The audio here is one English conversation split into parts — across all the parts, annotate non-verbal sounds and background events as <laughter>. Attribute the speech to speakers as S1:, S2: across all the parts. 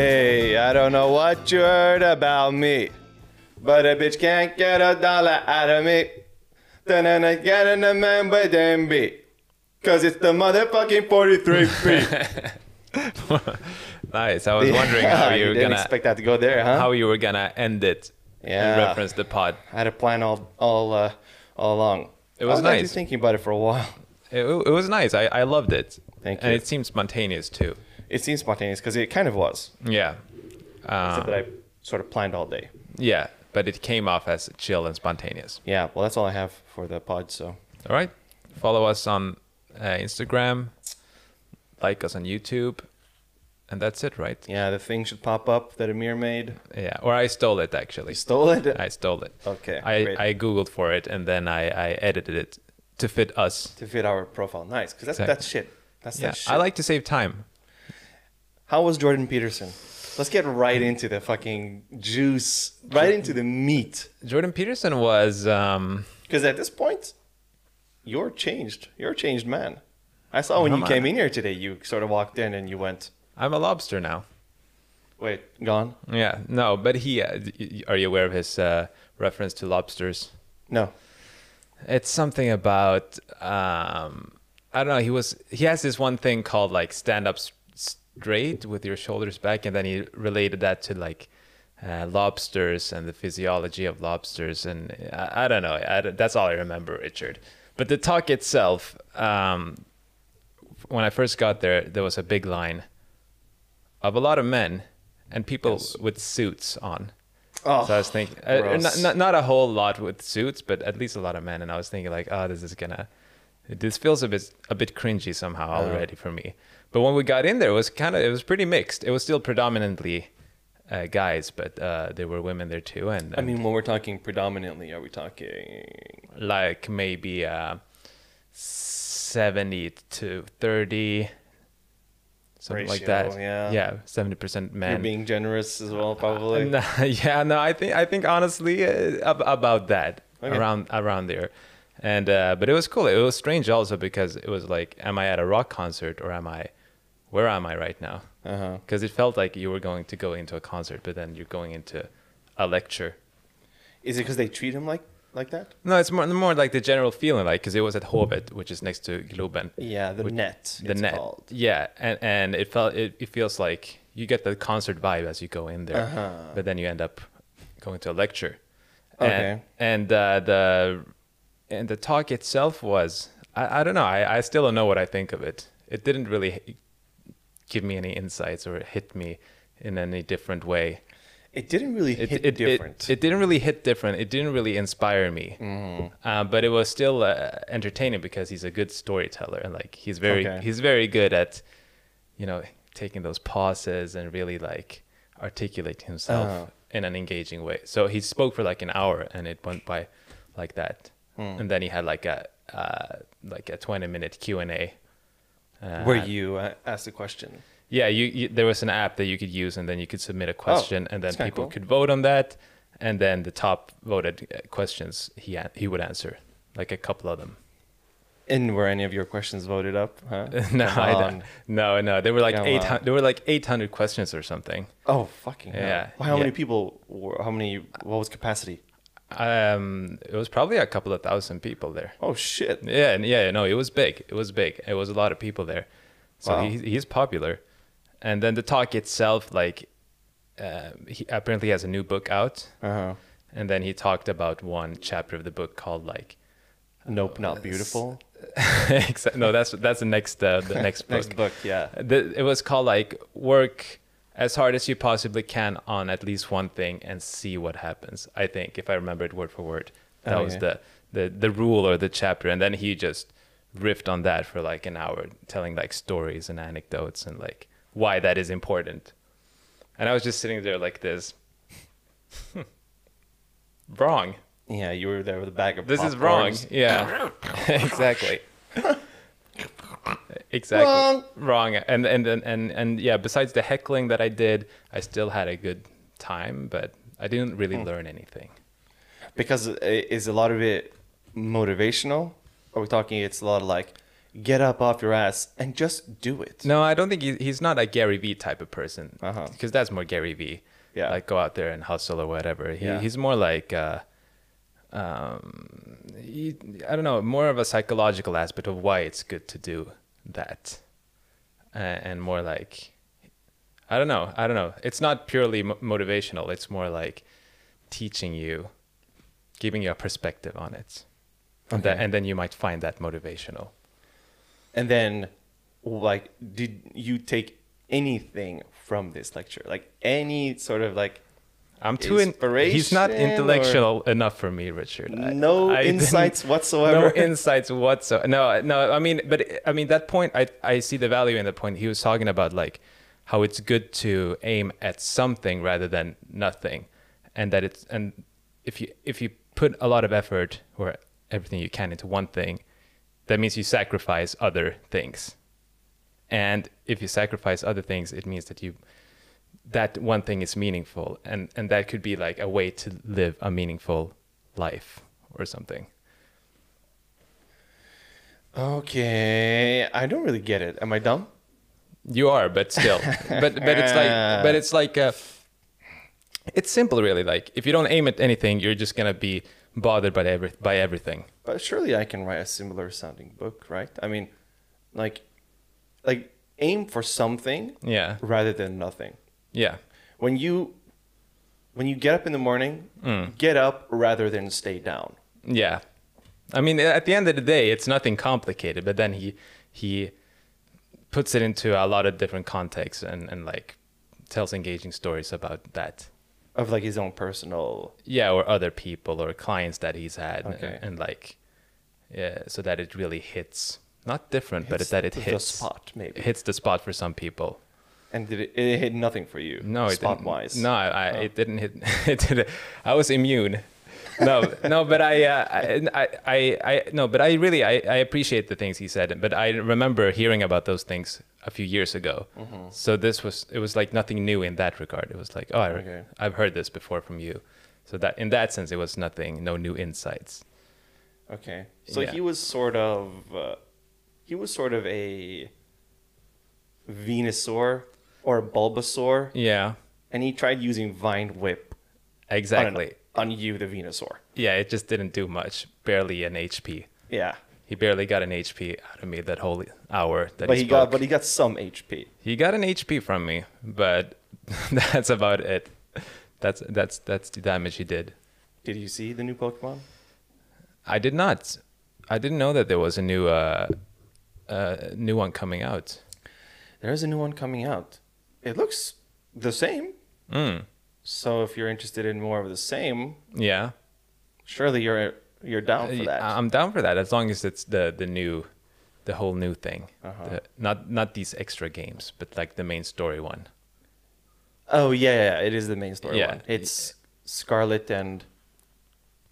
S1: I don't know what you heard about me, but a bitch can't get a dollar out of me. Then I get in a man by them be. Cause it's the motherfucking
S2: <laughs>
S1: 43 feet.
S2: nice. I was
S1: <laughs>
S2: wondering how you were
S1: didn't
S2: gonna
S1: expect that to go there, huh?
S2: how you were gonna end it and
S1: Yeah.
S2: reference the pod.
S1: I had a plan all all uh, all along.
S2: It was
S1: I was actually
S2: nice.
S1: thinking about it for a while. <laughs>
S2: It, it was nice. I, I loved it.
S1: Thank
S2: And
S1: you.
S2: it seemed spontaneous too.
S1: It seemed spontaneous because it kind of was.
S2: Yeah. Uh,
S1: Except that I sort of planned all day.
S2: yeah. But it came off as chill and spontaneous.
S1: Yeah, well, that's all I have for the pod. So
S2: All right. Follow us on uh, Instagram. Like us on YouTube. And that's it, right?
S1: yeah, the thing should pop up that Amir made.
S2: Yeah. Or I stole it actually.
S1: You stole it.
S2: I stole it.
S1: Okay, great.
S2: I, I googled for it and then I, I edited it to fit us.
S1: to fit our profile. Nice, because that's
S2: Exactly.
S1: that shit. That's
S2: Yeah.
S1: that shit.
S2: I like to save time.
S1: How was Jordan Peterson? Let's get right into the fucking juice, right into the meat.
S2: Jordan Peterson was um,
S1: Because at this point, you're changed. You're a changed man. I saw when you
S2: Mama.
S1: came in here today, you sort of walked in and you went,
S2: I'm a lobster now.
S1: wait, gone?
S2: Yeah, no, but he. Uh, y- y- are you aware of his uh, reference to lobsters?
S1: No.
S2: It's something about um, I don't know. He was he has this one thing called like stand up s- straight with your shoulders back, and then he related that to like uh, lobsters and the physiology of lobsters, and I, I don't know. I, don't- that's all I remember, Richard. But the talk itself, um, when I first got there, there was a big line of a lot of men and people with suits on.
S1: Oh,
S2: So I was thinking, uh,
S1: gross.
S2: not, not, not a whole lot with suits, but at least a lot of men. And I was thinking, like, oh, this is gonna, this feels a bit a bit cringy somehow already for me. But when we got in there, it was kind of it was pretty mixed. It was still predominantly uh, guys, but uh, there were women there too, and
S1: I mean, when we're talking predominantly, are we talking?
S2: like maybe uh, seventy to thirty, something like
S1: Ratio,
S2: that.
S1: yeah.
S2: yeah, seventy percent men.
S1: You're being generous as well, probably.
S2: No, <laughs> yeah, no, I think I think honestly uh, ab- about that
S1: Okay.
S2: around around there, and uh, but it was cool. It was strange also because it was like, am I at a rock concert or am I, where am I right now?
S1: Uh-huh.
S2: Because it felt like you were going to go into a concert, but then you're going into a lecture.
S1: Is it because they treat him like like that?
S2: No, it's more more like the general feeling, like because it was at Hovet, which is next to Globen.
S1: Yeah, the net.
S2: the
S1: it's
S2: net.
S1: called.
S2: Yeah, and and it felt it, it feels like you get the concert vibe as you go in there,
S1: Uh-huh.
S2: but then you end up going to a lecture.
S1: Okay.
S2: And, and uh, the and the talk itself was I, I don't know I, I still don't know what I think of it. It didn't really h- give me any insights or hit me in any different way.
S1: It didn't really
S2: It,
S1: hit
S2: it,
S1: different. Mm-hmm.
S2: It, it didn't really hit different. It didn't really inspire me. Uh, but it was still uh, entertaining because he's a good storyteller and like he's very
S1: Okay.
S2: he's very good at you know taking those pauses and really like articulating himself
S1: Oh.
S2: in an engaging way. So he spoke for like an hour and it went by like that.
S1: Hmm.
S2: And then he had like a uh, like a 20 minute Q&A. Uh,
S1: Where you uh, asked the question.
S2: yeah, you, you there was an app that you could use, and then you could submit a question, and then
S1: Oh, that's kinda
S2: people
S1: cool.
S2: could vote on that, and then the top voted uh, questions he an- he would answer, like a couple of them. <laughs>
S1: And were any of your questions voted up? Huh? Um,
S2: no,
S1: Come
S2: I
S1: on.
S2: don't. no, no, there were like
S1: Come
S2: eight
S1: on.
S2: hundred. There were like eight hundred questions or something.
S1: Oh fucking hell.
S2: Yeah,
S1: Well, how
S2: yeah.
S1: many people? Were, how many? What was capacity?
S2: Um, it was probably a couple of thousand people there.
S1: Oh shit!
S2: Yeah, and yeah, no, it was big. It was big. It was a lot of people there, so
S1: Wow.
S2: he, he's popular. And then the talk itself, like, uh, he apparently has a new book out.
S1: Uh huh.
S2: and then he talked about one chapter of the book called like <laughs>
S1: Nope, not beautiful.
S2: exa- no that's that's the next uh,
S1: <laughs>
S2: the next book,
S1: Next book, yeah.
S2: The, it was called like work as hard as you possibly can on at least one thing and see what happens i think if i remember it word for word that
S1: Oh,
S2: was
S1: yeah.
S2: the, the the rule or the chapter and then he just riffed on that for like an hour telling like stories and anecdotes and like why that is important and i was just sitting there like this <laughs> wrong
S1: Yeah, you were there with a bag of.
S2: this is wrong.
S1: popcorns.
S2: Yeah, <laughs> exactly. exactly.
S1: Wrong.
S2: Wrong. And, and and and and yeah. Besides the heckling that I did, I still had a good time, but I didn't really learn anything.
S1: Because i- is a lot of it motivational? Are we talking? It's a lot of like, get up off your ass and just do it.
S2: No, I don't think he, he's not a Gary Vee type of person.
S1: Uh-huh.
S2: Because that's more Gary Vee.
S1: Yeah.
S2: Like go out there and hustle or whatever. He,
S1: Yeah.
S2: He's more like, uh, um, he, I don't know, more of a psychological aspect of why it's good to do that. A- and more like, I don't know. I don't know. It's not purely mo- motivational, it's more like teaching you, giving you a perspective on it. And, that, and then you might find that motivational.
S1: And then, like, did you take anything from this lecture? Like, any sort of like,
S2: I'm too in, he's
S1: inspiration
S2: not
S1: or-
S2: intellectual enough for me, Richard. I-
S1: No
S2: I didn't-
S1: insights whatsoever.
S2: <laughs> No insights whatsoever. No, no. I mean, but I mean that point. I I see the value in the point he was talking about, like how it's good to aim at something rather than nothing, and that it's and if you if you put a lot of effort or everything you can into one thing, that means you sacrifice other things, and if you sacrifice other things, it means that you that one thing is meaningful and and that could be like a way to live a meaningful life or something
S1: okay, I don't really get it. Am I dumb?
S2: you are but still but but it's like but it's like uh it's simple really like if you don't aim at anything you're just gonna be bothered by every by everything
S1: But surely I can write a similar sounding book, right? I mean, like, like aim for something
S2: yeah
S1: rather than nothing.
S2: yeah
S1: When you, when you get up in the morning,
S2: Mm.
S1: get up rather than stay down.
S2: Yeah. I mean, at the end of the day, it's nothing complicated, but then he he puts it into a lot of different contexts and, and like tells engaging stories about that.
S1: Of like his own personal.
S2: Yeah, or other people or clients that he's had
S1: Okay.
S2: and, and like yeah, so that it really hits not different, but
S1: Hits
S2: it, that it
S1: the
S2: hits
S1: spot, maybe.
S2: It hits the spot for some people.
S1: And did it, it hit nothing for you?
S2: No, it
S1: spot
S2: didn't.
S1: wise.
S2: No, I,
S1: Oh.
S2: I it didn't hit. <laughs> It did. I was immune. No, no, but I, uh, I, I, I, I, no, but I really, I, I appreciate the things he said. But I remember hearing about those things a few years ago.
S1: Mm-hmm.
S2: So this was, it was like nothing new in that regard. It was like, oh, I,
S1: Okay.
S2: I've heard this before from you. So that, in that sense, it was nothing, no new insights.
S1: Okay. So
S2: Yeah.
S1: he was sort of uh, he was sort of a Venusaur or a Bulbasaur,
S2: Yeah,
S1: and he tried using Vine Whip on an-
S2: exactly.
S1: on, you, the Venusaur.
S2: Yeah, it just didn't do much. Barely an HP.
S1: Yeah,
S2: He barely got an HP out of me that whole hour that
S1: but
S2: he
S1: he
S2: spoke.
S1: got but he got some HP.
S2: He got an HP from me, but <laughs> that's about it. That's that's that's the damage he did.
S1: Did you see the new Pokemon?
S2: I did not. I didn't know that there was a new uh, uh new one coming out.
S1: There is a new one coming out. Hmm. It looks the same.
S2: Mm.
S1: So if you're interested in more of the same,
S2: Yeah,
S1: surely you're you're down for that.
S2: I- I'm down for that as long as it's the the new, the whole new thing.
S1: Uh-huh.
S2: The- not not these extra games, but like the main story one.
S1: Oh yeah, yeah, it is the main story
S2: Yeah.
S1: one. It's Scarlet and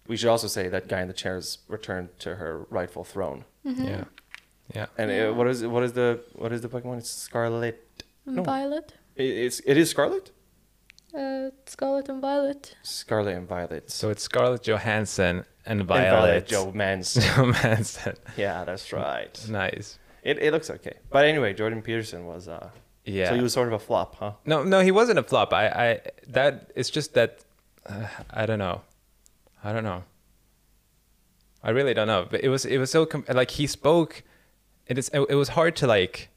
S1: we should also say that guy in the chair is returned to her rightful throne.
S2: Yeah, yeah.
S1: And uh what is what is the what is the Pokemon? It's Scarlet.
S3: And
S1: No.
S3: Violet.
S1: It, it's it is Scarlet.
S3: Uh, Scarlet and Violet.
S1: Scarlet and Violet.
S2: So it's Scarlett Johansson and
S1: And
S2: Violet,
S1: Joe Mans.
S2: <laughs> Johansson.
S1: yeah, that's right.
S2: nice.
S1: It it looks okay. But anyway, Jordan Peterson was uh
S2: Yeah.
S1: So he was sort of a flop, huh?
S2: No, no, he wasn't a flop. I, I, that it's just that, uh, I don't know, I don't know. I really don't know. But it was, it was so com- like he spoke. It is, it, was hard to like,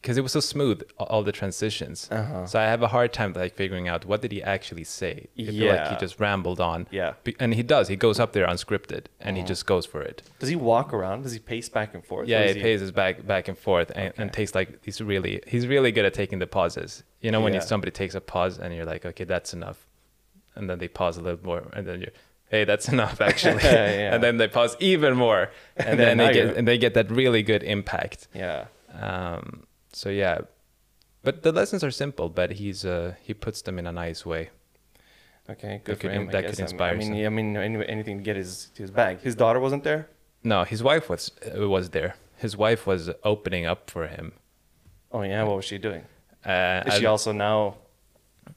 S2: because it was so smooth a- all the transitions.
S1: Uh-huh.
S2: So I have a hard time like figuring out what did he actually say. It feel like
S1: Yeah.
S2: he just rambled on.
S1: Yeah. Uh-huh.
S2: Be- and he does. He goes up there unscripted, and he just goes for it.
S1: Does he walk around? Does he pace back and forth?
S2: Yeah,
S1: Or is
S2: it
S1: he-
S2: pays us back back and forth and, and takes like he's really he's really good at taking the pauses. You know when you,
S1: Yeah.
S2: somebody takes a pause and you're like, okay, that's enough, and then they pause a little more, and then you're, hey, that's <laughs> enough
S1: <laughs>
S2: actually,
S1: Yeah.
S2: and then they pause even more, and,
S1: then
S2: then,
S1: now
S2: they get
S1: you're-
S2: and they get that really good impact.
S1: Yeah.
S2: Um, so yeah, but the lessons are simple, but he's uh, he puts them in a nice way.
S1: Okay, good
S2: could
S1: for
S2: im-
S1: him. I
S2: that could
S1: guess. I mean-
S2: inspire
S1: I mean,
S2: some-
S1: I mean, any- anything to get his to his bag. Uh, His daughter wasn't there.
S2: No, his wife was uh, was there. His wife was opening up for him.
S1: Oh yeah, what was she doing?
S2: Uh,
S1: Is she
S2: I-
S1: also now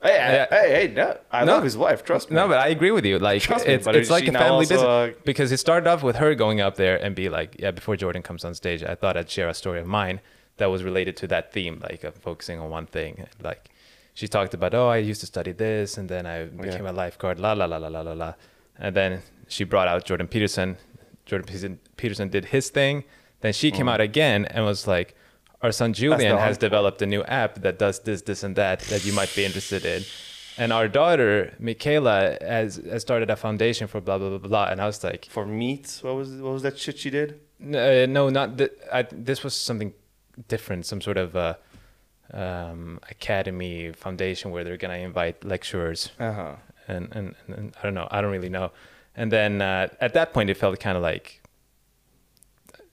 S1: Hey, I-
S2: Yeah.
S1: hey, hey, no. I
S2: No.
S1: love his wife, trust me.
S2: No, but I agree with you. Like
S1: Trust me,
S2: it's,
S1: but
S2: it's
S1: is
S2: like
S1: she
S2: a
S1: now
S2: family
S1: also,
S2: business
S1: uh,
S2: because it started off with her going up there and be like, yeah, before Jordan comes on stage, I thought I'd share a story of mine that was related to that theme, like of focusing on one thing. Like she talked about, oh, I used to study this, and then I became a lifeguard, la la la la la la la, and then she brought out Jordan Peterson. Jordan Peterson- Peterson did his thing. Then she
S1: Mm.
S2: came out again and was like, our son Julian has
S1: hardcore.
S2: developed a new app that does this, this, and that that you might be interested in. And our daughter, Michaela, has, has started a foundation for blah, blah, blah, blah. And I was like,
S1: For meat, what was what was that shit she did?
S2: N- uh, no, not th- I, this was something different, some sort of uh, um, academy foundation where they're going to invite lecturers.
S1: Uh-huh.
S2: And, and, and, and I don't know. I don't really know. And then uh, at that point, it felt kind of like,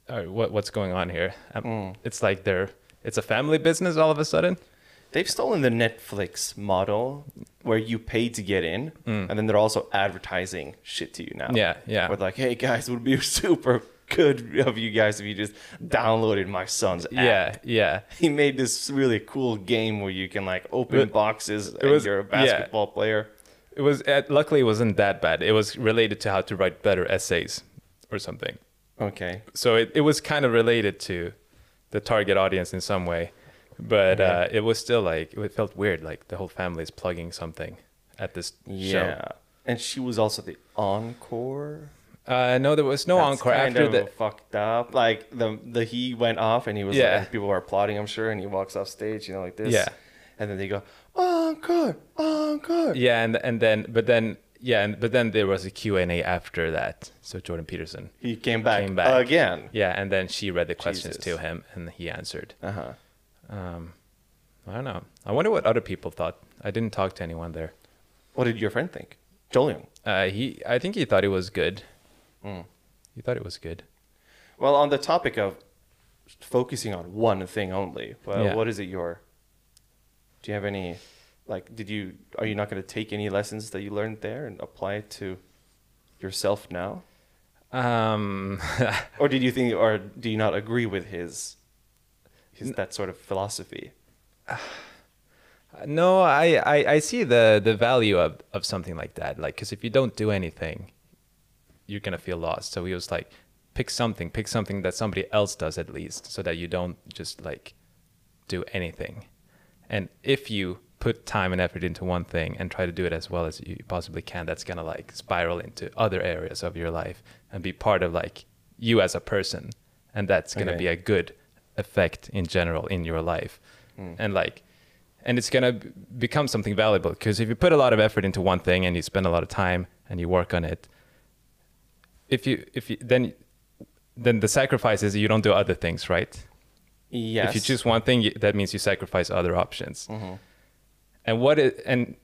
S2: all right, what, what's going on here? Um, It's like they're, it's a family business all of a sudden.
S1: They've stolen the Netflix model where you pay to get in, and then they're also advertising shit to you now.
S2: Yeah, yeah.
S1: With like, hey guys, it would be <laughs> super good of you guys if you just downloaded my son's app.
S2: Yeah, yeah.
S1: He made this really cool game where you can like open
S2: But-
S1: boxes and
S2: was-
S1: you're a
S2: yeah.
S1: basketball player.
S2: It was uh, luckily it wasn't that bad. It was related to how to write better essays or something.
S1: Okay.
S2: So it, it was kind of related to the target audience in some way, but uh, it was still like it felt weird. Like the whole family is plugging something at this
S1: Yeah. And she was also the encore.
S2: show. Uh, no, there was no
S1: That's
S2: encore
S1: kind
S2: after
S1: of
S2: that.
S1: fucked up. Like the the he went off and he was
S2: Yeah.
S1: like people were applauding, I'm sure, and he walks off stage, you know, like this.
S2: Yeah.
S1: And then they go, Encore, Encore.
S2: Yeah, and and then but then yeah, and, but then there was a Q and A after that. So Jordan Peterson.
S1: He came back,
S2: Came back.
S1: again.
S2: Yeah, and then she read the questions
S1: Jesus.
S2: to him, and he answered.
S1: Uh-huh.
S2: Um, I don't know. I wonder what other people thought. I didn't talk to anyone there.
S1: What did your friend think? Jolyon.
S2: Uh, he, I think he thought it was good. He thought it was good.
S1: Well, on the topic of focusing on one thing only, well,
S2: Yeah.
S1: what is it your do you have any like did you are you not gonna take any lessons that you learned there and apply it to yourself now?
S2: Um, <laughs>
S1: or did you think or do you not agree with his his that sort of philosophy
S2: no, I, I, I see the, the value of, of something like that. Like, cause if you don't do anything, you're gonna feel lost. So he was like, pick something, pick something that somebody else does at least, so that you don't just like do anything. And if you put time and effort into one thing and try to do it as well as you possibly can, that's gonna like spiral into other areas of your life and be part of like you as a person. And that's gonna
S1: Okay.
S2: be a good effect in general in your life. And like and it's gonna b- become something valuable because if you put a lot of effort into one thing and you spend a lot of time and you work on it, if you if you then then the sacrifice is you don't do other things right
S1: yes
S2: if you choose one thing you- that means you sacrifice other options and what it and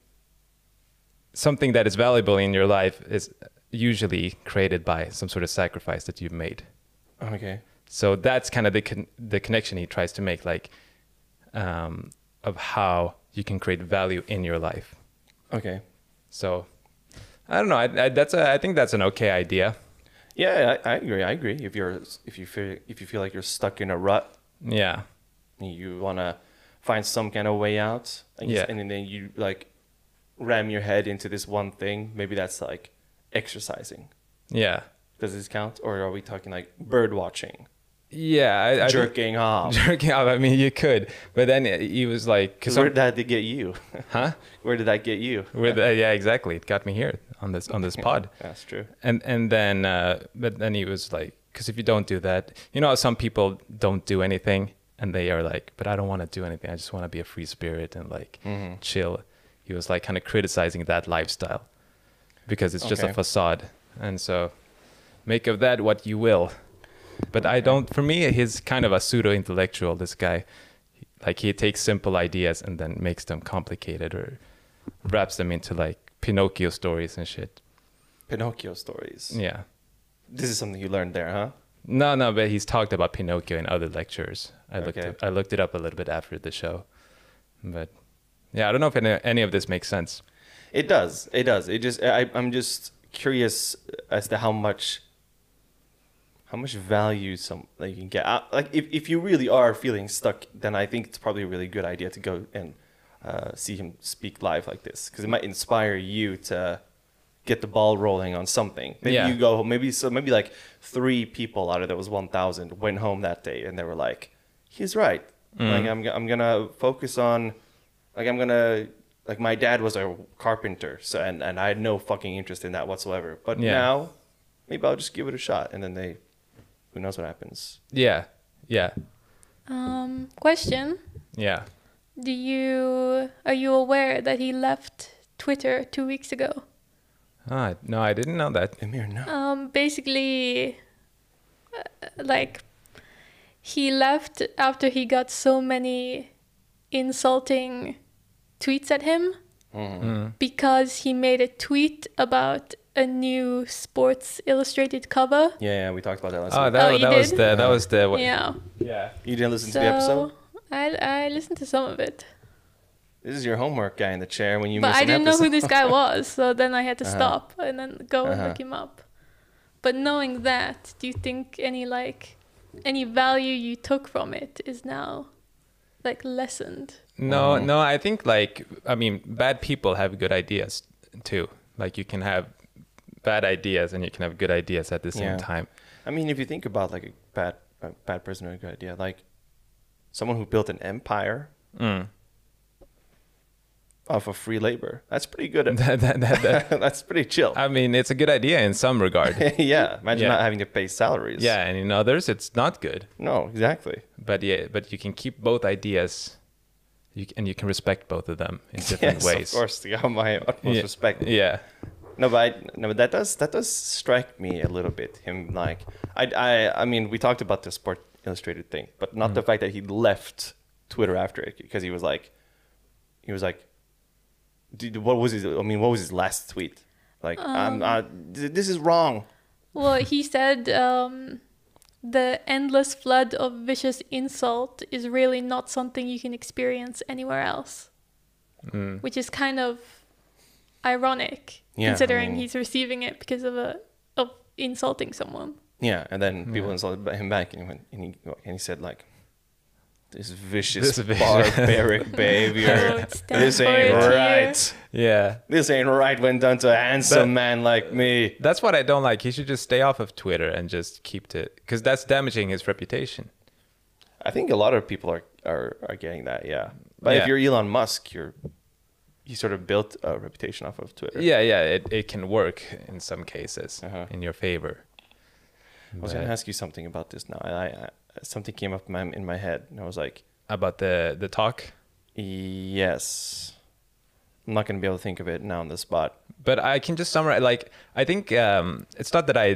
S2: something that is valuable in your life is usually created by some sort of sacrifice that you've made
S1: okay
S2: so that's kind of the con- the connection he tries to make like um, of how you can create value in your life
S1: okay
S2: so i don't know I, I, that's a, i think that's an okay idea
S1: yeah I, I agree i agree if you're if you feel if you feel like you're stuck in a rut
S2: yeah
S1: and you want to find some kind of way out and, you-
S2: Yeah.
S1: and then you like ram your head into this one thing maybe that's like exercising
S2: yeah
S1: does this count or are we talking like bird watching
S2: yeah I, I think-
S1: jerking
S2: <laughs>
S1: off
S2: jerking off. I mean, you could, but then he was like, cause
S1: where
S2: I'm-
S1: did that get you
S2: huh?
S1: <laughs> where did that get you
S2: With uh, yeah, exactly. It got me here on this on this pod,
S1: that's true
S2: and and then uh, but then he was like, because if you don't do that, you know, how some people don't do anything, and they are like, but I don't want to do anything. I just want to be a free spirit and like chill. He was like kind of criticizing that lifestyle because it's just a
S1: Okay.
S2: facade, and so make of that what you will. But I don't. For me, he's kind of a pseudo intellectual. This guy, like he takes simple ideas and then makes them complicated or wraps them into like Pinocchio stories and shit.
S1: pinocchio stories
S2: Yeah.
S1: this is something you learned there huh
S2: No, no, but he's talked about Pinocchio in other lectures. I looked
S1: Okay.
S2: up, I looked it up a little bit after the show, but yeah, I don't know if any, any of this makes sense.
S1: It does. It does. It just I, I'm just curious as to how much how much value some that you can Uh, get. I, like if, if you really are feeling stuck, then I think it's probably a really good idea to go and uh, see him speak live like this because it might inspire you to get the ball rolling on something. Maybe
S2: Yeah.
S1: you go home. Maybe so. Maybe like three people out of those one thousand went home that day and they were like, "He's right. Like I'm I'm gonna focus on, like I'm gonna." Like my dad was a carpenter, so and, and I had no fucking interest in that whatsoever. But
S2: Yeah.
S1: now, maybe I'll just give it a shot, and then they, who knows what happens?
S2: Yeah. Yeah.
S3: Um, question:
S2: Yeah.
S3: Do you are you aware that he left Twitter two weeks ago?
S2: Ah, no, I didn't know that.
S1: Amir, no.
S3: Um, basically, uh, like he left after he got so many insulting tweets at him
S1: Mm-hmm.
S3: because he made a tweet about a new Sports Illustrated cover.
S1: Yeah, yeah, we talked about that last
S2: Oh,
S1: week.
S2: that,
S3: Oh, you
S2: that was
S3: did?
S2: the that was the what-
S3: Yeah.
S2: yeah.
S1: You didn't listen
S3: so
S1: to the episode.
S3: I I listened to some of it,
S1: This is your homework guy in the chair when you
S3: but
S1: miss
S3: I
S1: an
S3: didn't know who
S1: episode.
S3: this guy was, so then I had to
S1: Uh-huh.
S3: stop and then go and
S1: Uh-huh.
S3: look him up. But knowing that, do you think any like any value you took from it is now like lessened?
S2: No, no, I think like I mean, bad people have good ideas too. Like you can have bad ideas and you can have good ideas at the same
S1: Yeah.
S2: time.
S1: <laughs> I mean, if you think about like a bad, a bad person or a good idea, like someone who built an empire
S2: Mm. <laughs>
S1: off of free labor, that's pretty
S2: <laughs>
S1: good.
S2: That- that- that- that-
S1: <laughs> that's pretty chill.
S2: I mean, it's a good idea in some regard.
S1: <laughs> yeah, imagine
S2: Uh, Yeah.
S1: not having to pay salaries.
S2: yeah, and in others, it's not good.
S1: No, exactly.
S2: But yeah, but you can keep both ideas, you, c- and you can respect both of them
S1: <laughs>
S2: in different
S1: Yes,
S2: ways.
S1: of course. You have my utmost
S2: Yeah.
S1: respect.
S2: Yeah.
S1: No, but I, no, but that does that does strike me a little bit. Him like I I I mean we talked about the Sport Illustrated thing, but not
S2: Mm-hmm.
S1: the fact that he left Twitter after it because he was like, he was like, dude, what was his? I mean, what was his last tweet? Like,
S2: Um.
S1: I'm uh, th- this is wrong.
S3: Well,
S1: <laughs>
S3: he said um, the endless flood of vicious insult is really not something you can experience anywhere else, which is kind of ironic
S1: Hmm. Yeah, I
S3: considering
S1: mean-
S3: he's receiving it because of a of insulting someone.
S1: Yeah, and then people insulted ba- him back, and he went and he and he said like. This vicious,
S2: This vicious-
S1: barbaric
S3: <laughs>
S2: <laughs>
S3: Oh,
S1: behavior.
S3: it's time
S1: this
S3: for
S1: ain't
S3: it here.
S1: right.
S2: Yeah.
S1: This ain't right when done to a handsome
S2: But-
S1: man like me.
S2: That's what I don't like. He should just stay off of Twitter and just keep to, because that's damaging his reputation.
S1: I think a lot of people are are, are getting that, yeah. But if
S2: Yeah.
S1: you're Elon Musk, you're you sort of built a reputation off of Twitter.
S2: Yeah, yeah, it, it can work in some cases
S1: Uh-huh.
S2: in your favor.
S1: I was gonna ask you something about this now. I, I something came up in my, in my head, and I was like,
S2: About the the talk,
S1: yes, I'm not gonna be able to think of it now on the spot.
S2: but I can just summarize. Like, I think um, it's not that I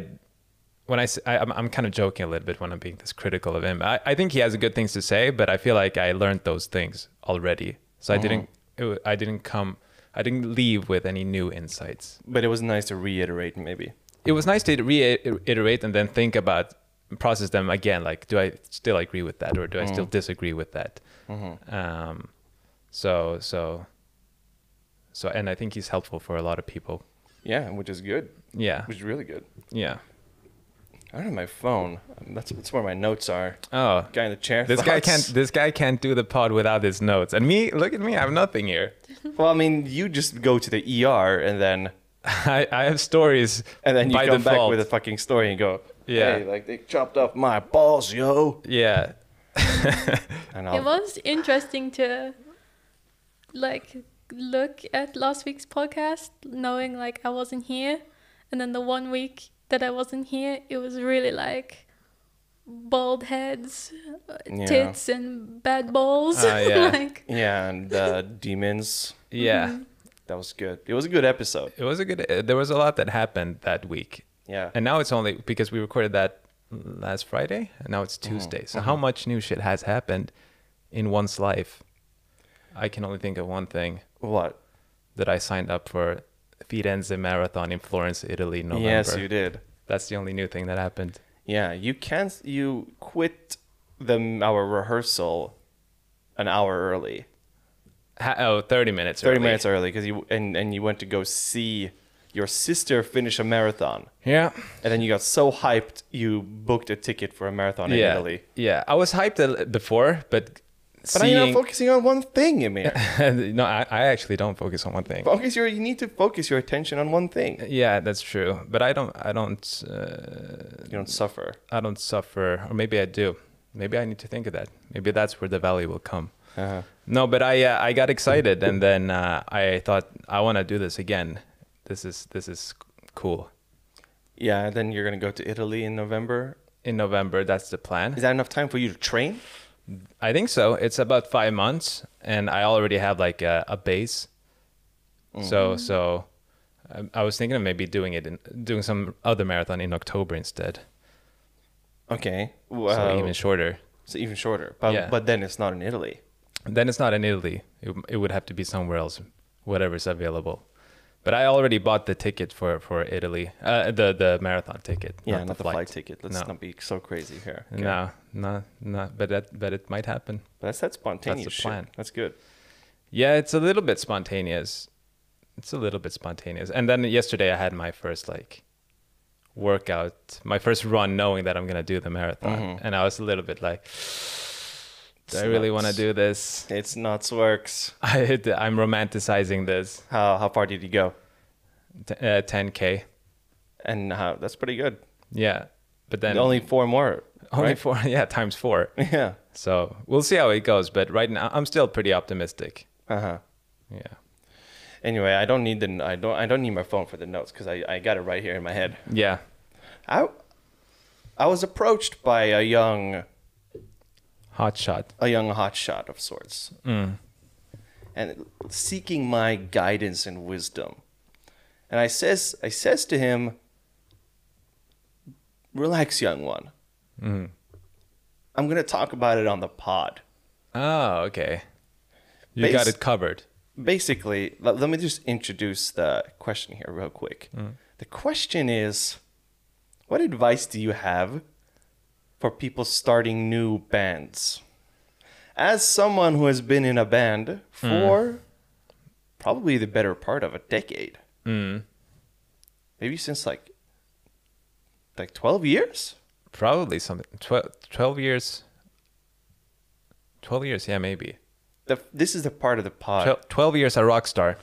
S2: when I, am I'm kind of joking a little bit when I'm being this critical of him. I, I think he has good things to say, but I feel like I learned those things already, so I didn't it, wa- I didn't come I didn't leave with any new insights.
S1: But it was nice to reiterate, maybe.
S2: it was nice to reiterate and then think about process them again like do i still agree with that or do i still disagree with that um, so so so and i think he's helpful for a lot of people
S1: Yeah, which is good,
S2: yeah
S1: which is really good.
S2: yeah
S1: I don't have my phone. That's that's where my notes are.
S2: oh
S1: Guy in the chair.
S2: this guy
S1: <laughs>
S2: can't
S1: thoughts?
S2: this guy can't do the pod without his notes and me look at me i have nothing here <laughs>
S1: Well, I mean, you just go to the ER and then.
S2: i i have stories
S1: And then you
S2: by
S1: come back
S2: default.
S1: with a fucking story and go,
S2: Yeah.
S1: hey, like they chopped off my balls, yo.
S2: yeah
S1: And
S3: It was interesting to like look at last week's podcast, knowing like I wasn't here, and then the one week that I wasn't here, it was really like bald heads, uh,
S1: Yeah.
S3: tits, and bad balls.
S2: Ah, yeah.
S3: <laughs> like
S1: <laughs> yeah, and uh, demons.
S2: yeah
S1: Mm-hmm. That was good. It was a good episode.
S2: it was a good uh, there was a lot that happened that week
S1: Yeah.
S2: And now it's only because we recorded that last Friday, and now it's
S1: Mm-hmm.
S2: Tuesday. So how much new shit has happened in one's life? I can only think of one thing
S1: what?
S2: that I signed up for Firenze Marathon in Florence, Italy, in November.
S1: Yes, you did.
S2: That's the only new thing that happened.
S1: Yeah, you can't. You quit the our rehearsal an hour early,
S2: Ha- oh, 30 minutes.
S1: thirty
S2: early.
S1: minutes early, because you and and you went to go see your sister finish a marathon,
S2: Yeah.
S1: and then you got so hyped you booked a ticket for a marathon in
S2: yeah.
S1: Italy.
S2: Yeah. I was hyped a l- before, but
S1: But I'm not
S2: seeing.
S1: focusing on one thing, Amir.
S2: <laughs> no, I, I actually don't focus on one thing.
S1: Focus your. You need to focus your attention on one thing.
S2: Yeah, that's true. But I don't. I don't. Uh,
S1: You don't suffer.
S2: I don't suffer, or maybe I do. Maybe I need to think of that. Maybe that's where the value will come.
S1: Uh-huh.
S2: No, but I uh, I got excited, and then uh, I thought I want to do this again. This is this is cool.
S1: Yeah. and Then you're gonna go to Italy in November.
S2: In November, that's the plan.
S1: Is that enough time for you to train?
S2: I think so. It's about five months, and I already have like a, a base. So
S1: Mm-hmm.
S2: so, I, I was thinking of maybe doing it in doing some other marathon in October instead,
S1: Okay.
S2: so
S1: Wow.
S2: even shorter.
S1: So even shorter. But
S2: Yeah.
S1: but then it's not in Italy.
S2: Then it's not in Italy. It, it would have to be somewhere else, whatever's available. But I already bought the ticket for for Italy, uh, the the marathon ticket.
S1: Yeah, not, the flight. ticket. Let's
S2: No.
S1: not be so crazy here. Okay.
S2: No, no, no. But that but it might happen.
S1: But that's that spontaneous shit.
S2: plan.
S1: That's good.
S2: Yeah, it's a little bit spontaneous. It's a little bit spontaneous. And then yesterday I had my first like workout, my first run knowing that I'm going to do the marathon.
S1: Mm-hmm.
S2: And I was a little bit like do I really want to
S1: Nuts.
S2: do this? <laughs>
S1: It's nuts works.
S2: I I'm romanticizing this
S1: How how far did you go?
S2: T- uh, 10k.
S1: And how that's pretty good.
S2: Yeah. But then
S1: Only four more.
S2: only
S1: right?
S2: four, <laughs> yeah, times 4.
S1: <laughs> Yeah.
S2: so, we'll see how it goes, but right now I'm still pretty optimistic.
S1: Uh huh.
S2: Yeah.
S1: Anyway, I don't need the I don't I don't need my phone for the notes because I, I got it right here in my head.
S2: Yeah.
S1: I I was approached by a young
S2: Hot shot.
S1: a young hotshot of sorts, and seeking my guidance and wisdom. And I says, I says to him, "Relax, young one. I'm gonna talk about it on the pod.
S2: Oh, okay. You got
S1: Base-
S2: it covered.
S1: Basically, let, let me just introduce the question here real quick.
S2: Mm.
S1: The question is, what advice do you have for people starting new bands? As someone who has been in a band
S2: Mm.
S1: for probably the better part of a decade,
S2: Mm.
S1: maybe since like like 12 years?
S2: probably something 12, 12 years 12 years yeah maybe
S1: The, this is the part of the pod.
S2: Twel- 12 years a rock star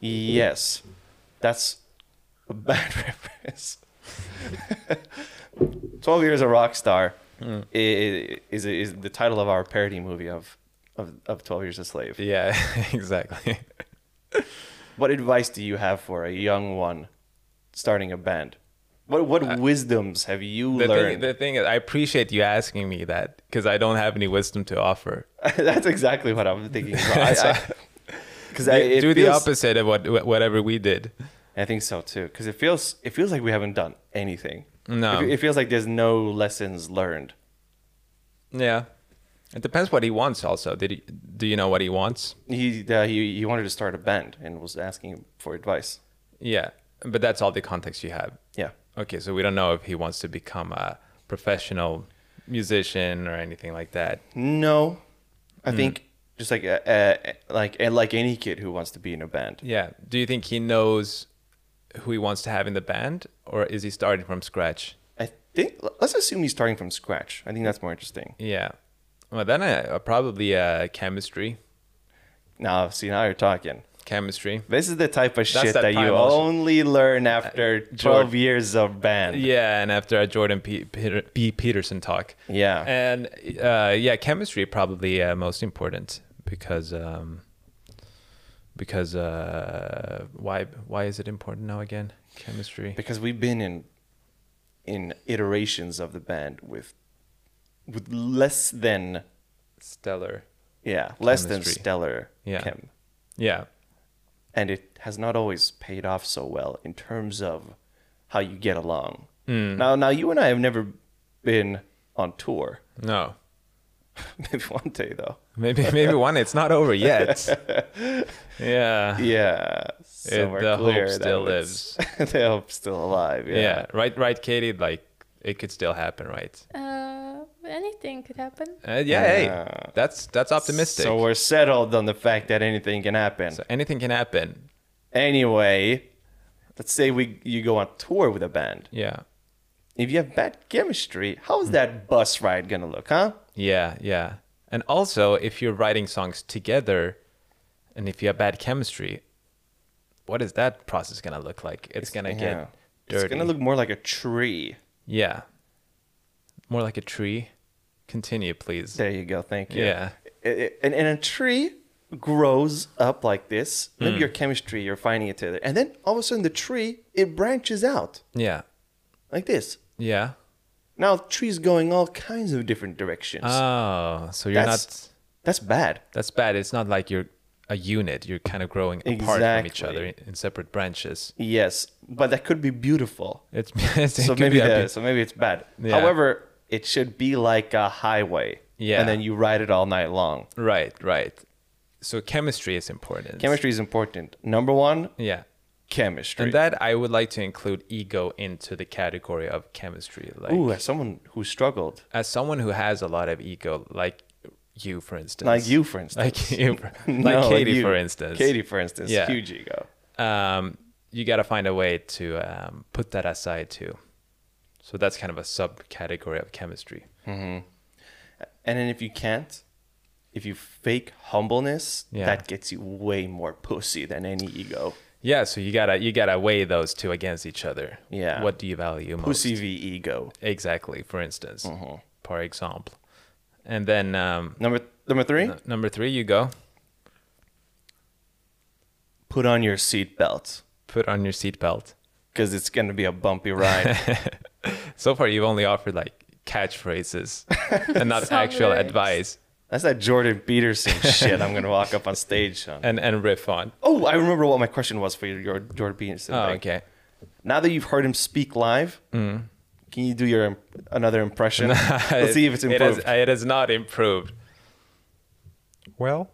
S1: Yes, that's a bad <laughs> reference. Twelve Years a Rock Star
S2: Hmm.
S1: i is, is is the title of our parody movie of of, of Twelve Years a Slave.
S2: yeah <laughs> exactly
S1: What advice do you have for a young one starting a band? What what wisdoms have you
S2: <laughs> Uh, the thing,
S1: learned?
S2: the thing is i appreciate you asking me that because i don't have any wisdom to offer
S1: <laughs> that's exactly what I'm thinking.
S2: <laughs>
S1: Because I, because I,
S2: do
S1: it
S2: do the
S1: feels-
S2: opposite of what wh- whatever we did
S1: I think so too, because it feels it feels like we haven't done anything.
S2: No.
S1: it, it feels like there's no lessons learned.
S2: yeah it depends what he wants also did he, do you know what he wants
S1: he uh, he he wanted to start a band and was asking for advice.
S2: yeah but that's all the context you have
S1: Yeah,
S2: okay so we don't know if he wants to become a professional musician or anything like that
S1: no, I
S2: Mm.
S1: think just like uh, uh, like and like any kid who wants to be in a band.
S2: Yeah. Do you think he knows who he wants to have in the band, or is he starting from scratch?
S1: I think let's assume he's starting from scratch. I think that's more interesting.
S2: Yeah. Well, then I, uh, probably uh, chemistry.
S1: Now, see, now you're talking.
S2: Chemistry.
S1: This is the type of shit
S2: that
S1: that, you
S2: time also. Uh,
S1: only learn after twelve years of band.
S2: Yeah, and after a Jordan P. Peter, P. Peterson talk.
S1: Yeah.
S2: And uh, yeah, chemistry probably uh, most important because um, because uh, why why is it important now again? Chemistry.
S1: because we've been in in iterations of the band with with less than
S2: Stellar.
S1: yeah less than
S2: Chemistry.
S1: stellar
S2: Yeah.
S1: chem.
S2: Yeah.
S1: and it has not always paid off so well in terms of how you get along.
S2: Hmm.
S1: Now, now you and I have never been on tour. <laughs>
S2: No.
S1: Maybe one day though.
S2: Maybe maybe one. It's not over yet. Yeah.
S1: Yeah, so
S2: It-
S1: we're
S2: the hope
S1: clear that
S2: still
S1: it's- <laughs> the hope's still alive. Yeah.
S2: yeah. right right katie like it could still happen right
S3: Uh, anything could happen.
S2: uh, yeah hey
S1: Yeah.
S2: that's that's optimistic
S1: So
S2: so,
S1: we're settled on the fact that anything can happen.
S2: anything can happen
S1: Anyway, let's say we you go on tour with a band.
S2: yeah Hmm.
S1: If you have bad chemistry, how's that bus ride gonna look, huh?
S2: yeah yeah And also, if you're writing songs together, and if you have bad chemistry, what is that process gonna look like? It's, gonna
S1: Yeah.
S2: get dirty.
S1: It's gonna look more like a tree.
S2: yeah, more like a tree. Continue, please.
S1: There you go. Thank you.
S2: Yeah.
S1: I- I- And, and a tree grows up like this. Maybe
S2: Mm.
S1: your chemistry, you're finding it together. And then all of a sudden, the tree, it branches out
S2: Yeah,
S1: like this.
S2: yeah.
S1: Now, trees going all kinds of different directions.
S2: Oh, so you're
S1: That's-
S2: not.
S1: That's bad.
S2: That's bad. It's not like you're a unit. You're kind of growing apart from each
S1: Exactly.
S2: other in, in separate branches.
S1: Yes. But that could be beautiful.
S2: It's, <laughs> it's it
S1: so
S2: could
S1: maybe
S2: be a
S1: the,
S2: bit-
S1: so maybe it's bad.
S2: Yeah.
S1: However, it should be like a highway.
S2: Yeah.
S1: And then you ride it all night long.
S2: Right, right. So chemistry is important.
S1: Chemistry is important. Number one,
S2: Yeah.
S1: chemistry.
S2: And that I would like to include ego into the category of chemistry. Like
S1: Ooh, as someone who struggled,
S2: as someone who has a lot of ego, like you for instance.
S1: like
S2: <laughs>
S1: you, for instance. <laughs>
S2: Like you for- like
S1: No,
S2: Katie
S1: you.
S2: for instance.
S1: Katie, for instance,
S2: Yeah.
S1: huge ego.
S2: Um you gotta find a way to um, put that aside too. So that's kind of a subcategory of chemistry.
S1: And then if you can't, if you fake humbleness,
S2: Yeah.
S1: that gets you way more pussy than any ego.
S2: Yeah, so you gotta you gotta weigh those two against each other.
S1: Yeah.
S2: What do you value most?
S1: Pussy v ego.
S2: Exactly, for instance.
S1: Mm-hmm.
S2: For example. And then um,
S1: Number number three,
S2: n- number three, you go
S1: put on your seatbelt
S2: put on your seatbelt.
S1: because it's gonna be a bumpy ride.
S2: <laughs> So far, you've only offered like
S1: <laughs>
S2: catchphrases and not
S3: Song
S2: actual
S3: lyrics.
S2: advice
S1: That's that Jordan Peterson
S2: <laughs>
S1: shit. I'm gonna walk up on stage. On.
S2: and, and riff on.
S1: Oh, I remember what my question was for your, your Jordan Peterson.
S2: Oh,
S1: thing. <laughs>
S2: okay. Mm.
S1: Now that you've heard him speak live, can you do your im- another impression?
S2: <laughs>
S1: Let's see if it's
S2: It
S1: <laughs>
S2: has,
S1: improved.
S2: it has not improved. Well,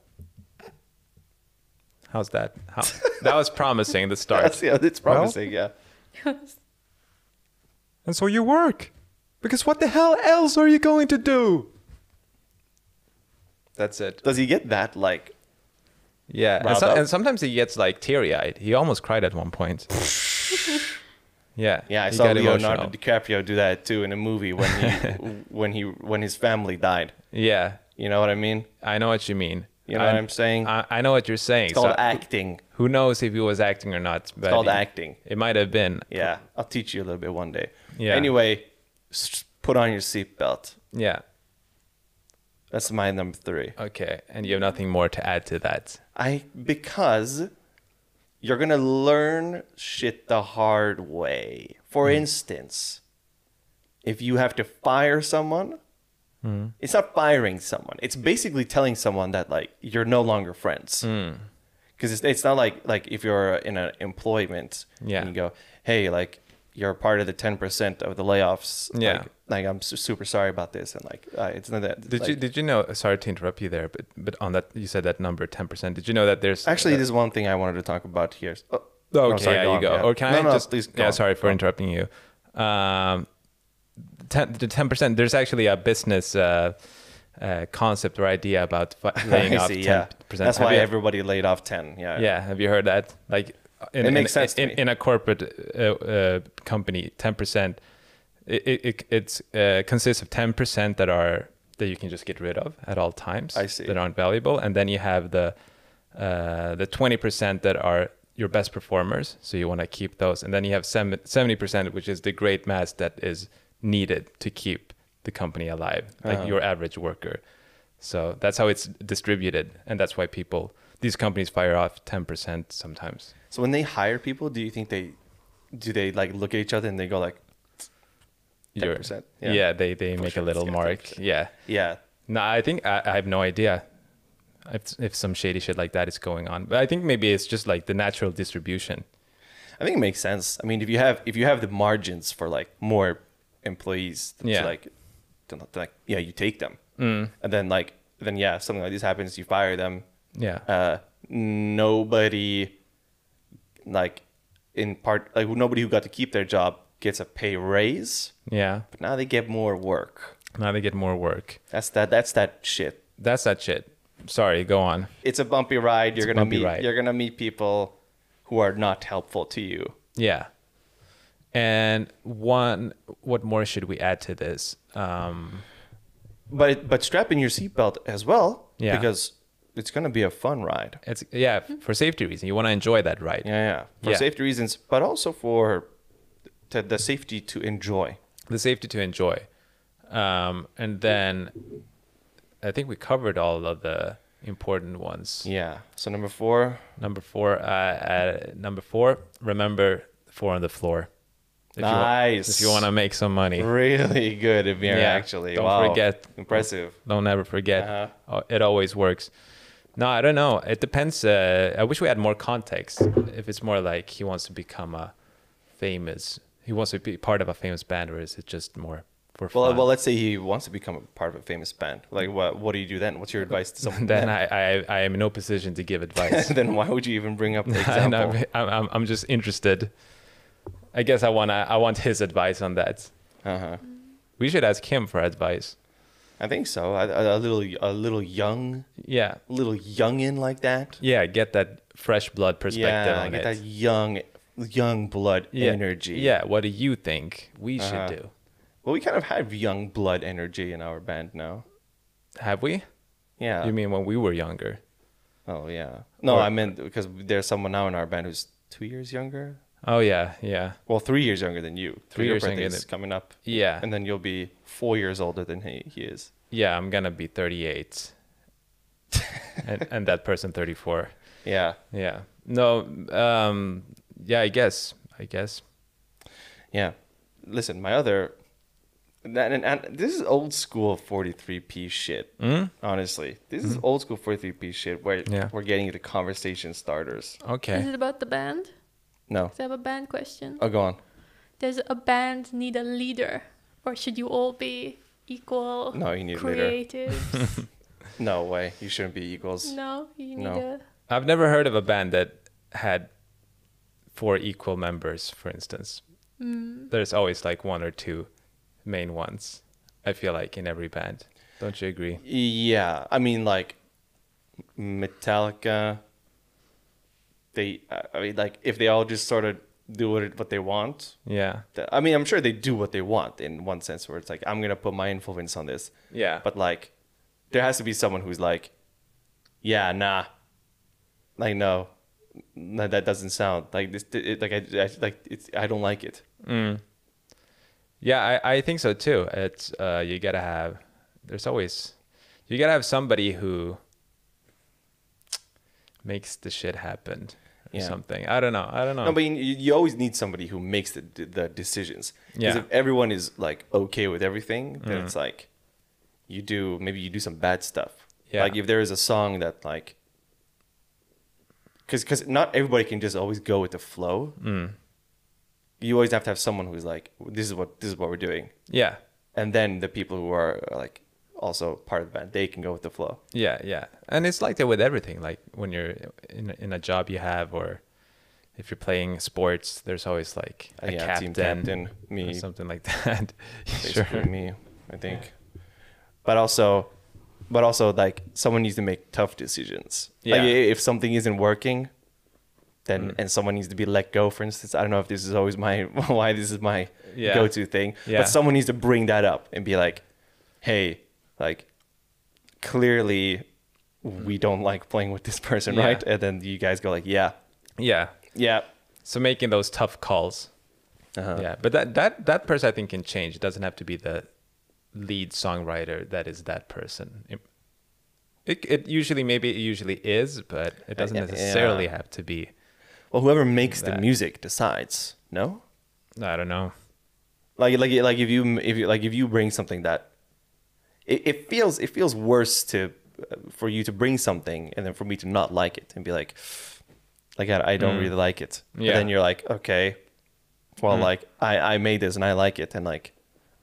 S2: how's that? How, that was promising at the
S1: <laughs>
S2: start.
S1: That's, yeah, it's promising. yeah.
S2: and so you work, because what the hell else are you going to do? That's it.
S1: Does he get that like
S2: Yeah, and,
S1: Round
S2: so,
S1: up.
S2: and sometimes he gets like teary-eyed. He almost cried at
S1: <laughs>
S2: one point. yeah,
S1: Yeah, I
S2: he
S1: saw
S2: got
S1: Leonardo
S2: emotional.
S1: DiCaprio do that too in a movie when he
S2: <laughs>
S1: when he when his family died.
S2: Yeah,
S1: You know what I mean?
S2: I know what you mean.
S1: You know what I'm saying?
S2: I, I know what you're saying.
S1: It's called
S2: so
S1: acting.
S2: who knows if he was acting or not? But
S1: called
S2: he-
S1: acting.
S2: It might have been.
S1: Yeah, I'll teach you a little bit one day.
S2: Yeah.
S1: Anyway, s- put on your seatbelt.
S2: Yeah.
S1: That's my number three.
S2: Okay, and you have nothing more to add to that.
S1: I because you're gonna learn shit the hard way. For
S2: Hmm.
S1: instance, if you have to fire someone,
S2: Hmm.
S1: it's not firing someone. It's basically telling someone that like you're no longer friends.
S2: Hmm.
S1: Because it's it's not like like if you're in an employment,
S2: Yeah.
S1: and you go, hey, like you're part of the ten percent of the layoffs.
S2: Yeah.
S1: Like, like, I'm su- super sorry about this, and like uh, it's not that.
S2: Did
S1: like-
S2: you did you know? Sorry to interrupt you there, but but on that you said that number ten percent. Did you know that there's
S1: Actually, there's one thing I wanted to talk about here. Oh, no,
S2: Okay,
S1: sorry,
S2: yeah,
S1: go
S2: you
S1: on,
S2: go.
S1: yeah.
S2: Or
S1: <laughs>
S2: can
S1: no,
S2: I
S1: no,
S2: just?
S1: please go
S2: yeah,
S1: on.
S2: sorry for interrupting you. Um, ten, the ten percent. There's actually a business uh, uh, concept or idea about fi- laying
S1: <laughs> I
S2: off
S1: see,
S2: ten
S1: yeah.
S2: percent. e-,
S1: That's why everybody laid off 10. Yeah.
S2: yeah, have you heard that? Like, in,
S1: It
S2: in-
S1: makes sense to
S2: in,
S1: me.
S2: in a corporate uh, uh, company. Ten percent. It it- it it's, uh, consists of ten percent that are that you can just get rid of at all times.
S1: I see.
S2: That aren't valuable, and then you have the uh, the twenty percent that are your best performers. So you want to keep those, and then you have seventy percent, which is the great mass that is needed to keep the company alive, like your average worker. So that's how it's distributed, and that's why people these companies fire off ten percent sometimes.
S1: So when they hire people, do you think they do they like look at each other and they go like,
S2: You're-
S1: 10%, yeah.
S2: Yeah. they they make a little
S1: yeah,
S2: mark. Yeah.
S1: yeah,
S2: No, I think I, I have no idea if if some shady shit like that is going on. But I think maybe it's just like the natural distribution.
S1: I think it makes sense. I mean, if you have if you have the margins for like more employees, to,
S2: Yeah.
S1: like, to, not- to, like yeah, you take them, mm. and then like then yeah, something like this happens, you fire them.
S2: Yeah.
S1: Uh, nobody, like, in part like nobody who got to keep their job gets a pay raise,
S2: yeah.
S1: but now they get more work.
S2: Now they get more work.
S1: That's that. That's that shit.
S2: That's that shit. Sorry, go on.
S1: It's a bumpy ride. You're
S2: a
S1: gonna
S2: bumpy
S1: meet.
S2: ride.
S1: You're gonna meet people who are not helpful to you.
S2: Yeah. And one, what more should we add to this? Um,
S1: but but strap in your seatbelt as well
S2: Yeah.
S1: because it's going to be a fun ride.
S2: It's yeah for safety reason. You want to enjoy that ride.
S1: Yeah, yeah. For
S2: Yeah.
S1: safety reasons, but also for t- the safety to enjoy.
S2: the safety to enjoy. Um, and then I think we covered all of the important ones.
S1: Yeah. So number 4,
S2: Number four, uh, uh, number four, remember four on the floor. If you wa-
S1: Nice.
S2: if you want to make some <laughs> money,
S1: really good Amir
S2: Yeah,
S1: actually.
S2: don't
S1: wow.
S2: forget.
S1: Impressive.
S2: don't ever forget.
S1: Uh-huh.
S2: Uh, It always works. No, I don't know. It depends. Uh, I wish we had more context. If it's more like he wants to become a famous, he wants to be part of a famous band, or is it just more for
S1: Well,
S2: fun? <laughs>
S1: well, let's say he wants to become a part of a famous band. Like, what? What do you do then? What's your advice to someone? <laughs>
S2: then I, I, I am in no position to give <laughs> advice.
S1: then why would you even bring
S2: <laughs>
S1: up the
S2: and
S1: example?
S2: I'm, I'm, I'm- I'm just interested. I guess I want I want his advice on that.
S1: Uh-huh.
S2: We should ask him for advice.
S1: I think so. A, a, a little, a little young,
S2: Yeah,
S1: little youngin like that.
S2: yeah. Get that fresh blood perspective
S1: Yeah,
S2: on
S1: get
S2: it.
S1: that young, young blood
S2: yeah.
S1: energy.
S2: Yeah. What do you think we should
S1: Uh-huh.
S2: do?
S1: Well, we kind of have young blood energy in our band now.
S2: Have we?
S1: Yeah.
S2: you mean when we were younger?
S1: Oh yeah. No,
S2: Or-
S1: I meant because there's someone now in our band who's two years younger.
S2: Oh yeah, yeah,
S1: Well, three years younger than you.
S2: Three
S1: Your
S2: years younger
S1: birthday's
S2: than-
S1: coming up,
S2: yeah,
S1: and then you'll be four years older than he, he is.
S2: yeah. I'm gonna
S1: <laughs>
S2: be 38, and and that person 34.
S1: Yeah.
S2: Yeah. No. Um. Yeah. I guess. I guess.
S1: Yeah. Listen, my other that and, and this is old school 43p shit.
S2: Hmm?
S1: Mm? Honestly, this is old school 43p shit where
S2: Mm. Yeah.
S1: we're getting the conversation starters.
S2: Okay.
S3: Is it about the band?
S1: No.
S3: 'Cause I have a band question.
S1: Oh, go on.
S3: Does a band need a leader, or should you all be equal?
S1: No, you need a leader.
S3: creatives?
S1: No way. You shouldn't be equals.
S3: no, you need
S1: No.
S3: a.
S2: I've never heard of a band that had four equal members, for instance. There's always like one or two main ones, I feel like, in every band. Don't you agree?
S1: Yeah, I mean like Metallica. They, I- I mean, like if they all just sort of do what it- what they want.
S2: Yeah.
S1: th- I mean, I'm sure they do what they want in one sense, where it's like I'm gonna put my influence on this.
S2: Yeah.
S1: But like, there has to be someone who's like, yeah, nah, like no, no that doesn't sound like this. It, like I, I like it's, I don't like it.
S2: Yeah, I, I think so too. It's uh, you gotta have. There's always you gotta have somebody who makes the shit happen or
S1: Yeah.
S2: something. I don't know. I don't know.
S1: No, but you, you always need somebody who makes the the decisions. Because
S2: Yeah. Mm.
S1: if everyone is like okay with everything, then it's like you do maybe you do some bad stuff.
S2: Yeah.
S1: Like if there is a song that like because because not everybody can just always go with the flow.
S2: Mm.
S1: You always have to have someone who's like, this is what this is what we're doing,
S2: yeah,
S1: and then the people who are like also part of the band, they can go with the flow.
S2: Yeah, yeah. And it's like that with everything. Like when you're in in a job you have or if you're playing sports, there's always like a
S1: Uh, Yeah,
S2: captain,
S1: team captain, me.
S2: or something like <laughs> that.
S1: basically
S2: sure.
S1: me, I think. But also, but also like someone needs to make tough decisions. Like
S2: Yeah. Mm.
S1: i- if something isn't working, then and someone needs to be let go. For instance, I don't know if this is always my <laughs> why this is my
S2: Yeah.
S1: go-to thing,
S2: Yeah.
S1: but someone needs to bring that up and be like, "Hey, like clearly." We don't like playing with this person,
S2: Mm. Yeah.
S1: right? And then you guys go like, "Yeah,
S2: Yeah.
S1: yeah,
S2: So making those tough calls.
S1: uh-huh.
S2: Yeah. But that that that person I think can change. It doesn't have to be the lead songwriter that is that person. It, it, it usually maybe it usually is, but it doesn't
S1: yeah.
S2: necessarily have to be.
S1: Well, whoever makes the
S2: That-
S1: music decides. No,
S2: I don't know.
S1: like like like if you if you like if you bring something that it, it feels it feels worse to uh, for you to bring something and then for me to not like it and be like like I, I don't really like it
S2: Mm. Yeah. Mm.
S1: and then you're like okay well like I I made this and I like it and like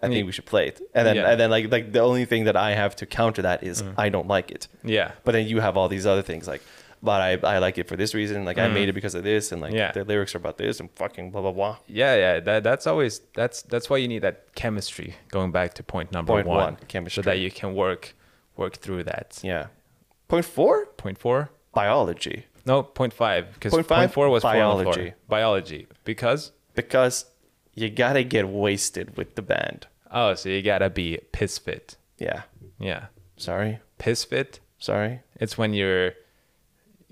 S1: I think we should play it and then
S2: Yeah. Mm.
S1: and then like like the only thing that I have to counter that is I don't like it
S2: Yeah.
S1: but then you have all these other things like but I I like it for this reason like I made it because of this and like
S2: Mm. Yeah.
S1: the lyrics are about this and fucking blah blah blah
S2: Yeah, yeah. That that's always that's that's why you need that chemistry. Going back to point number
S1: Point
S2: one,
S1: one, chemistry.
S2: so that you can work work through that.
S1: yeah point four
S2: Point four?
S1: biology
S2: No, point five. Because
S1: Point
S2: point,
S1: five,
S2: point four was biology.
S1: biology.
S2: Biology, because
S1: because you gotta get wasted with the band.
S2: oh, so you gotta be piss fit.
S1: Yeah.
S2: Yeah.
S1: Sorry,
S2: Piss fit.
S1: sorry.
S2: It's when you're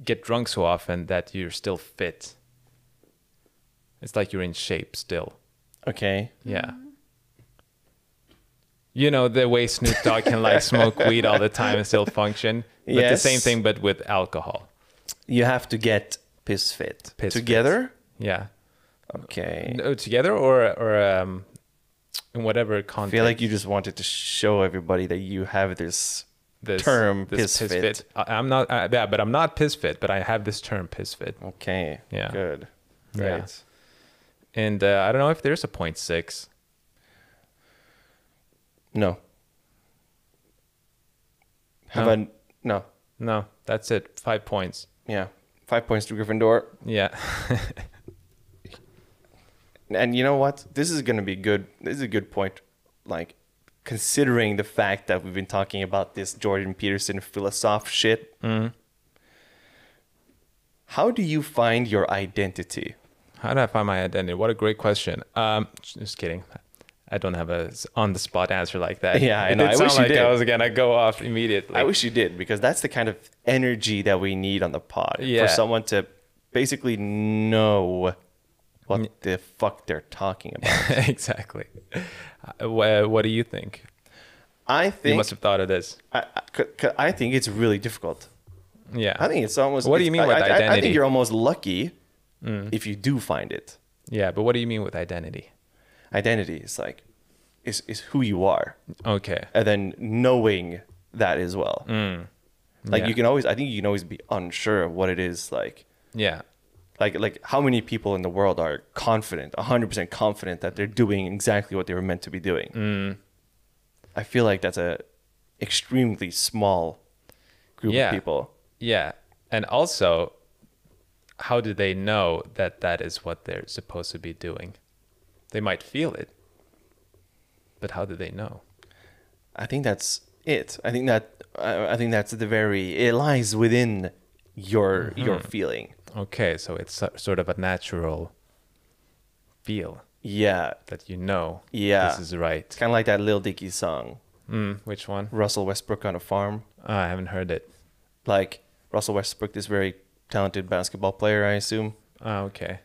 S2: get drunk so often that you're still fit. It's like you're in shape still.
S1: Okay.
S2: Yeah. You know the way Snoop Dogg can like
S1: <laughs>
S2: smoke weed all the time and still function. But the same
S1: Yes.
S2: thing but with alcohol.
S1: You have to get piss fit
S2: Piss fit.
S1: together.
S2: Yeah.
S1: Okay.
S2: No, together or or um in whatever
S1: I
S2: context.
S1: feel like you just wanted to show everybody that you have this.
S2: this
S1: term,
S2: this
S1: piss fit.
S2: I, am not uh, yeah, but I'm not piss fit, but I have this term piss fit.
S1: Okay.
S2: Yeah.
S1: Good.
S2: Yeah.
S1: Great.
S2: And uh, I don't know if there's a point six.
S1: No. Have
S2: No.
S1: a no.
S2: No, that's it. Five points.
S1: Yeah. Five points to Gryffindor.
S2: Yeah. <laughs>
S1: And you know what? This is gonna be good. This is a good point. Like, considering the fact that we've been talking about this Jordan Peterson philosoph shit.
S2: Mm-hmm.
S1: How do you find your identity?
S2: How do I find my identity? What a great question. Um, just kidding. I don't have a on the spot answer like that.
S1: Yeah, I
S2: it
S1: know.
S2: did
S1: I
S2: sound
S1: wish you
S2: like
S1: did.
S2: I was gonna go off immediately.
S1: I wish you did because that's the kind of energy that we need on the pod for
S2: Yeah.
S1: someone to basically know
S2: Mm.
S1: what the fuck they're talking
S2: <laughs>
S1: about.
S2: <laughs> exactly. Uh, wha- what do you think?
S1: I
S2: You
S1: think
S2: must have thought of this.
S1: I, I- c- c- I think it's really difficult.
S2: Yeah.
S1: I think it's almost.
S2: What do
S1: it's-
S2: you mean with
S1: I, I- I, I
S2: identity? Hmm.
S1: think you're almost lucky if you do find it.
S2: yeah, but what do you mean with identity?
S1: Identity is like, is is who you are,
S2: Okay.
S1: and then knowing that as well. Like
S2: Hmm. Yeah.
S1: you can always, I think you can always be unsure of what it is like.
S2: Yeah.
S1: like like how many people in the world are confident 100% confident that they're doing exactly what they were meant to be doing
S2: Hmm.
S1: i feel like that's a extremely small group
S2: Yeah.
S1: of people
S2: Yeah. And also, how do they know that that is what they're supposed to be doing? They might feel it, but how do they know?
S1: i think that's it i think that i, I think that's the very it lies within your your feeling
S2: Okay, so it's so- sort of a natural feel
S1: yeah
S2: that you know
S1: Yeah.
S2: this is right.
S1: it's kind of like that lil dicky song
S2: Mm, which one?
S1: russell westbrook on a farm
S2: Ah, I haven't heard it.
S1: like russell westbrook this very talented basketball player i assume
S2: Ah, okay.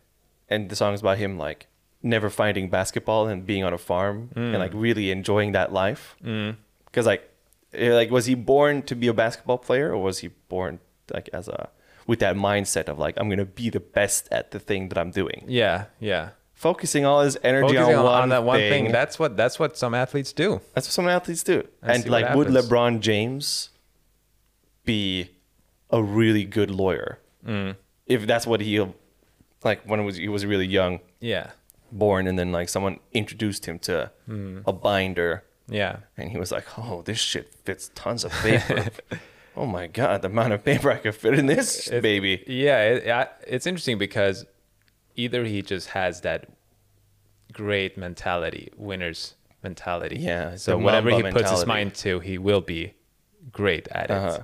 S1: and the song's about him like never finding basketball and being on a farm and
S2: Mm.
S1: like really enjoying that life. Because like, eh, like was he born to be a basketball player or was he born like as a with that mindset of like I'm gonna be the best at the thing that I'm doing,
S2: Yeah, yeah.
S1: focusing all his energy
S2: Focusing
S1: on,
S2: on,
S1: one,
S2: on that one thing.
S1: thing.
S2: That's what that's what some athletes do.
S1: That's what some athletes do.
S2: And
S1: and
S2: see what
S1: like, would
S2: happens.
S1: LeBron James be a really good lawyer
S2: Mm.
S1: if that's what he like when was he was really young?
S2: Yeah,
S1: born and then like someone introduced him to
S2: Hmm.
S1: a binder
S2: yeah,
S1: and he was like oh this shit fits tons of
S2: <laughs>
S1: paper oh my god the amount of paper i could fit in this
S2: It-
S1: baby
S2: yeah. It, I, it's interesting because either he just has that great mentality, winner's mentality.
S1: Yeah,
S2: So
S1: the
S2: whatever he
S1: Mamba
S2: puts his
S1: mentality.
S2: mind to, he will be great at it.
S1: Uh-huh.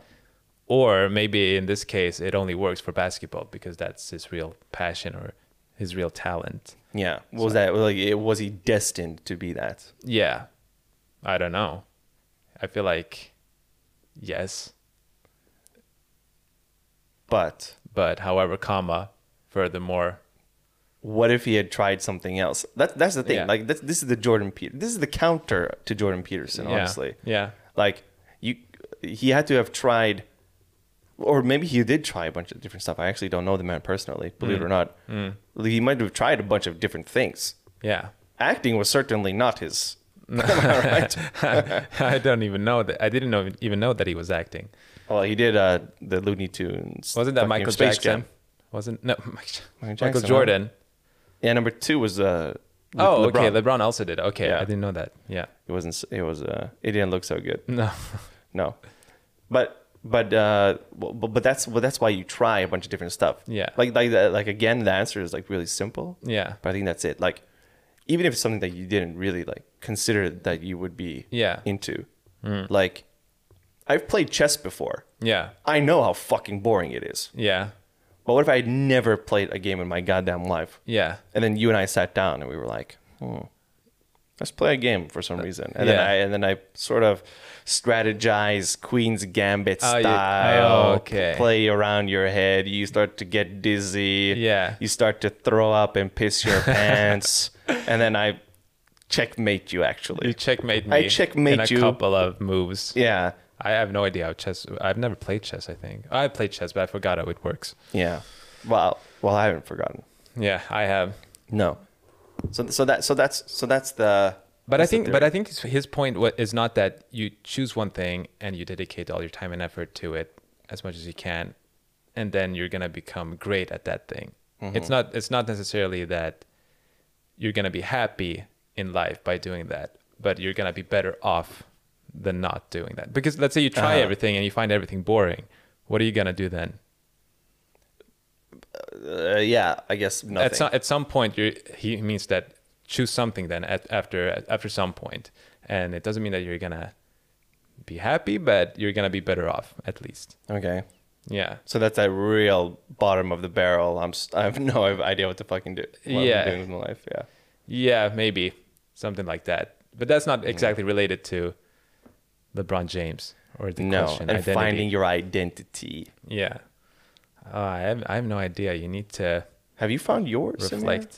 S2: Or maybe in this case, it only works for basketball because that's his real passion or his real talent.
S1: yeah what was that like it was he destined to be that
S2: Yeah. I don't know. I feel like yes,
S1: but
S2: but however, comma, furthermore,
S1: what if he had tried something else that, that's the thing
S2: Yeah.
S1: like this, this is the jordan peter this is the counter to jordan peterson
S2: yeah,
S1: honestly
S2: Yeah.
S1: like you he had to have tried or maybe he did try a bunch of different stuff i actually don't know the man personally believe
S2: Mm.
S1: it or not he might have tried a bunch of different things
S2: Yeah.
S1: acting was certainly not
S2: <laughs>
S1: his Am I right?
S2: I don't even know that. I didn't know, even know that he was acting.
S1: well he did uh the looney tunes
S2: Wasn't that
S1: fucking
S2: Michael
S1: Space
S2: Jackson?
S1: Jam.
S2: Wasn't no <laughs> Michael,
S1: Jackson, huh?
S2: Jordan.
S1: yeah number two was uh Le-
S2: Oh,
S1: LeBron.
S2: okay. LeBron also did. Okay,
S1: Yeah.
S2: I didn't know that. Yeah.
S1: it wasn't s- it was uh it didn't look so good
S2: No. <laughs>
S1: No, but but uh, w- but, but that's well, that's why you try a bunch of different stuff.
S2: Yeah.
S1: Like like the- like again, the answer is like really simple.
S2: Yeah.
S1: But I think that's it. Like, even if it's something that you didn't really like consider that you would be
S2: Yeah. Mm.
S1: into, like, I've played chess before.
S2: Yeah.
S1: I know how fucking boring it is.
S2: Yeah.
S1: But what if I had never played a game in my goddamn life?
S2: Yeah.
S1: And then you and I sat down and we were like, hmm, let's play a game for some reason. And then
S2: Uh, Yeah.
S1: I and then I sort of strategize Queen's Gambit
S2: Oh, you-
S1: style.
S2: oh, okay.
S1: Play around your head. You start to get dizzy.
S2: Yeah.
S1: You start to throw up and piss
S2: <laughs>
S1: your pants. And then I checkmate you actually.
S2: You checkmate me.
S1: I checkmate
S2: in a
S1: you.
S2: couple of moves.
S1: yeah.
S2: I have no idea how chess. I've never played chess. I think I played chess, but I forgot how it works.
S1: Yeah. Well, well, I haven't forgotten.
S2: Yeah, I have.
S1: No. So so that so that's so that's the.
S2: But
S1: that's the
S2: I think, but
S1: theory.
S2: I think his- his point wa- is not that you choose one thing and you dedicate all your time and effort to it as much as you can, and then you're gonna become great at that thing. It's
S1: Mm-hmm.
S2: not. It's not necessarily that you're gonna be happy in life by doing that, but you're gonna be better off than not doing that. Because let's say you try
S1: Uh-huh.
S2: everything and you find everything boring, what are you gonna do then?
S1: Uh, yeah, I guess nothing.
S2: at some at some point you he means that choose something then at, after after some point and it doesn't mean that you're gonna be happy but you're gonna be better off at least
S1: okay.
S2: yeah
S1: So that's that real bottom of the barrel. I'm s- I have <laughs> no idea what to fucking do. What
S2: Yeah.
S1: I'm doing with my life. Yeah.
S2: yeah maybe something like that but that's
S1: Mm.
S2: not exactly related to LeBron James or the
S1: no,
S2: question
S1: and
S2: identity.
S1: finding your identity.
S2: yeah uh, I have I have no idea you need to
S1: Have you found yours? in there?
S2: reflect.